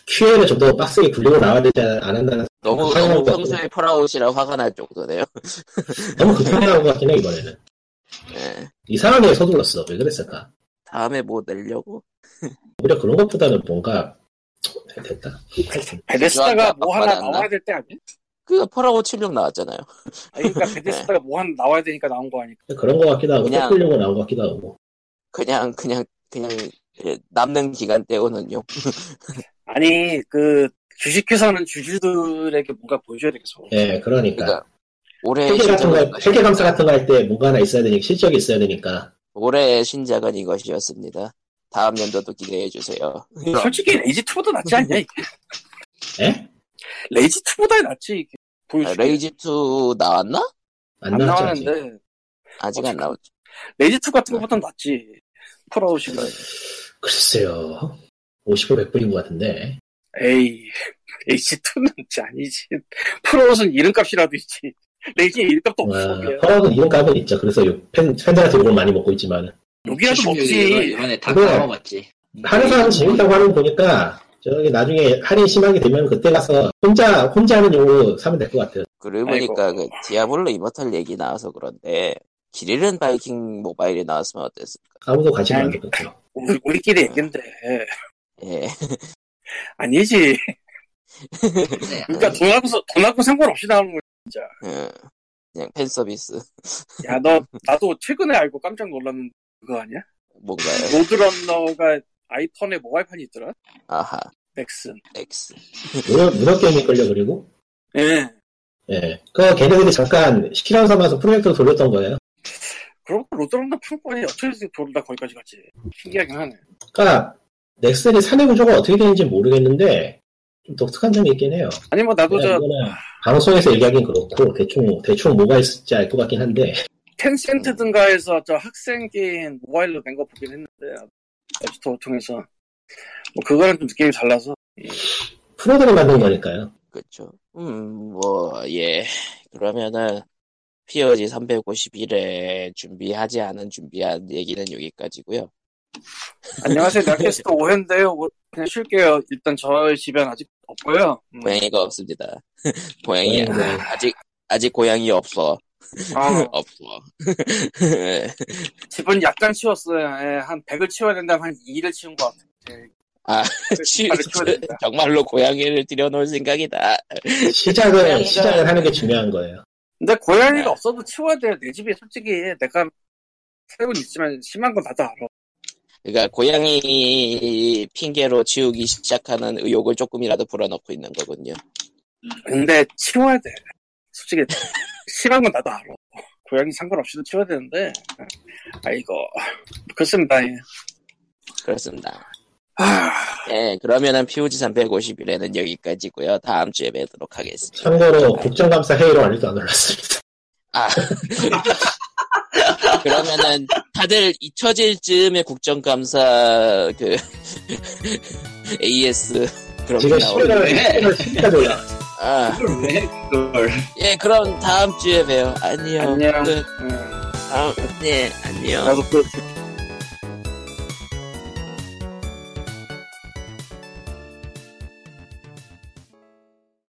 QA를 좀 더 빡세게 굴리고 나와야 되지 않았나 너무 화가 너무 날것 평소에 폴아웃이라 화가 날 정도네요. 너무 급하게 것 같긴 해 이번에는 예. 이상하게 서둘렀어 왜 그랬을까 다음에 뭐 내려고? 오히려 그런 것보다는 뭔가 됐다 베데스다가 뭐 아빠 하나 나왔나? 나와야 될 때 아니야? 그 폴아웃 76 나왔잖아요. 아, 그러니까 베데스다가 뭐 하나 나와야 되니까 나온 거 아니까. 그런 것 같기도 하고 그냥- 떼꾸려고 나온 것 같기도 하고 그냥 그냥 그냥 예, 남는 기간 때우는요. 아니 그 주식회사는 주주들에게 뭔가 보여줘야 되겠어. 예 그러니까 그러니까 올해 회계 같은 신작은 거 회계 감사 같은 거 할 때 뭔가 하나 있어야 되니까 실적이 있어야 되니까 올해의 신작은 이것이었습니다. 다음 년도도 기대해 주세요. 솔직히 레이지 2보다 낫지 않냐? 이게? 예? 레이지 2보다 낫지. 이게. 아, 네. 보여줘. 레이지 2 나왔나? 안, 안 나왔죠 아직. 나왔는데 아직 안 나왔죠. 레이지 2 같은 네. 것보다 낫지. 풀아웃이가. 글쎄요 50% 100%인 것 같은데 에이, 레이지 2는 아니지. 풀아웃은 이름값이라도 있지. 레이지 이름값도 네. 없어. 그냥. 아, 허락은 이런 값은 있죠. 그래서 요 팬, 팬들한테 욕을 많이 먹고 있지만 여기라도 76 이거 먹지. 이번에 다 그래. 까먹었지. 네. 하는 사람 재밌다고 하는 거 보니까 저기 나중에 할인 심하게 되면 그때 가서 혼자 혼자 하는 용으로 사면 될 것 같아요. 그러고 아이고. 보니까 그 디아블로 이머탈 얘기 나와서 그런데 길 잃은 바이킹 모바일이 나왔으면 어땠을까? 아무도 관심 안 아니, 갖고 있죠. 우리, 우리끼리 얘긴데. 예. 아니지. 네. 그러니까 돈하고, 돈하고 상관없이 나오는 거야. 예. 그냥 팬 서비스 야, 너, 나도 최근에 알고 깜짝 놀랐는데, 그거 아니야? 뭔가요? 로드런너가 아이폰에 모바일판이 있더라? 아하. 넥슨. X. 문어, 문어 게임이 걸려 그리고 네. 예. 예, 그 걔네들이 잠깐 실험 삼아서 프로젝트로 돌렸던 거예요. 그러고 로드런너 판권이 어쩌지 돌다 거기까지 갔지. 신기하긴 하네. 그러니까 넥슨이 사내 구조가 어떻게 되는지 모르겠는데 좀 독특한 점이 있긴 해요. 아니, 뭐, 나도 네, 그냥 저, 이거는 방송에서 얘기하긴 그렇고 대충 대충 뭐가 있을지 알 것 같긴 한데 (laughs) 텐센트든가 해서 저 학생 게임 모바일로 된 거 보긴 했는데 앱스토어 통해서 뭐 그거랑 좀 느낌이 달라서 프로들이 만든 거니까요. 그쵸. 음, 뭐, 예. 그러면은, 피어지 351에 준비하지 않은 준비한 얘기는 여기까지고요 안녕하세요 나캐스트 오회인데요 뭐 그냥 쉴게요 일단 저희 집엔 아직 없고요 음, 고양이가 없습니다. (laughs) 고양이, 고양이. 아직, 아직 고양이 없어. 아, (laughs) 없어. 집은 약간 치웠어요 예, 한 100을 치워야 된다면 한 2를 치운 것 같아요 예, 아, 그래서 (laughs) 치, 빨리 치워야 된다. 정말로 고양이를 들여놓을 생각이다. 시작을 네, 고양이가- 시작을 하는 게 중요한 거예요. 근데 고양이가 네. 없어도 치워야 돼요 내 집이 솔직히 내가 세운 있지만 심한 건 나도 알아 그러니까 고양이 핑계로 지우기 시작하는 의욕을 조금이라도 불어넣고 있는 거군요. 근데 치워야 돼. 솔직히 싫어한 건 나도 알아. 고양이 상관없이도 치워야 되는데 아이고 그렇습니다. 예. 아, 그렇습니다. 하, 네, 그러면은 POG 351회는 여기까지고요. 다음 주에 뵙도록 하겠습니다. 참고로 국정감사 회의로 아직도 안 올랐습니다. 아. (laughs) 그러면은 다들 잊혀질 즈음에 국정감사 그 (laughs) AS 그런 지금 게 나오는. 10일에 10일까지 올라. 아, 그걸 왜 그걸 예, 그럼 다음 주에 봬요. 안녕. 안녕. 끝. 음, 다음, 네, 안녕. 나도 그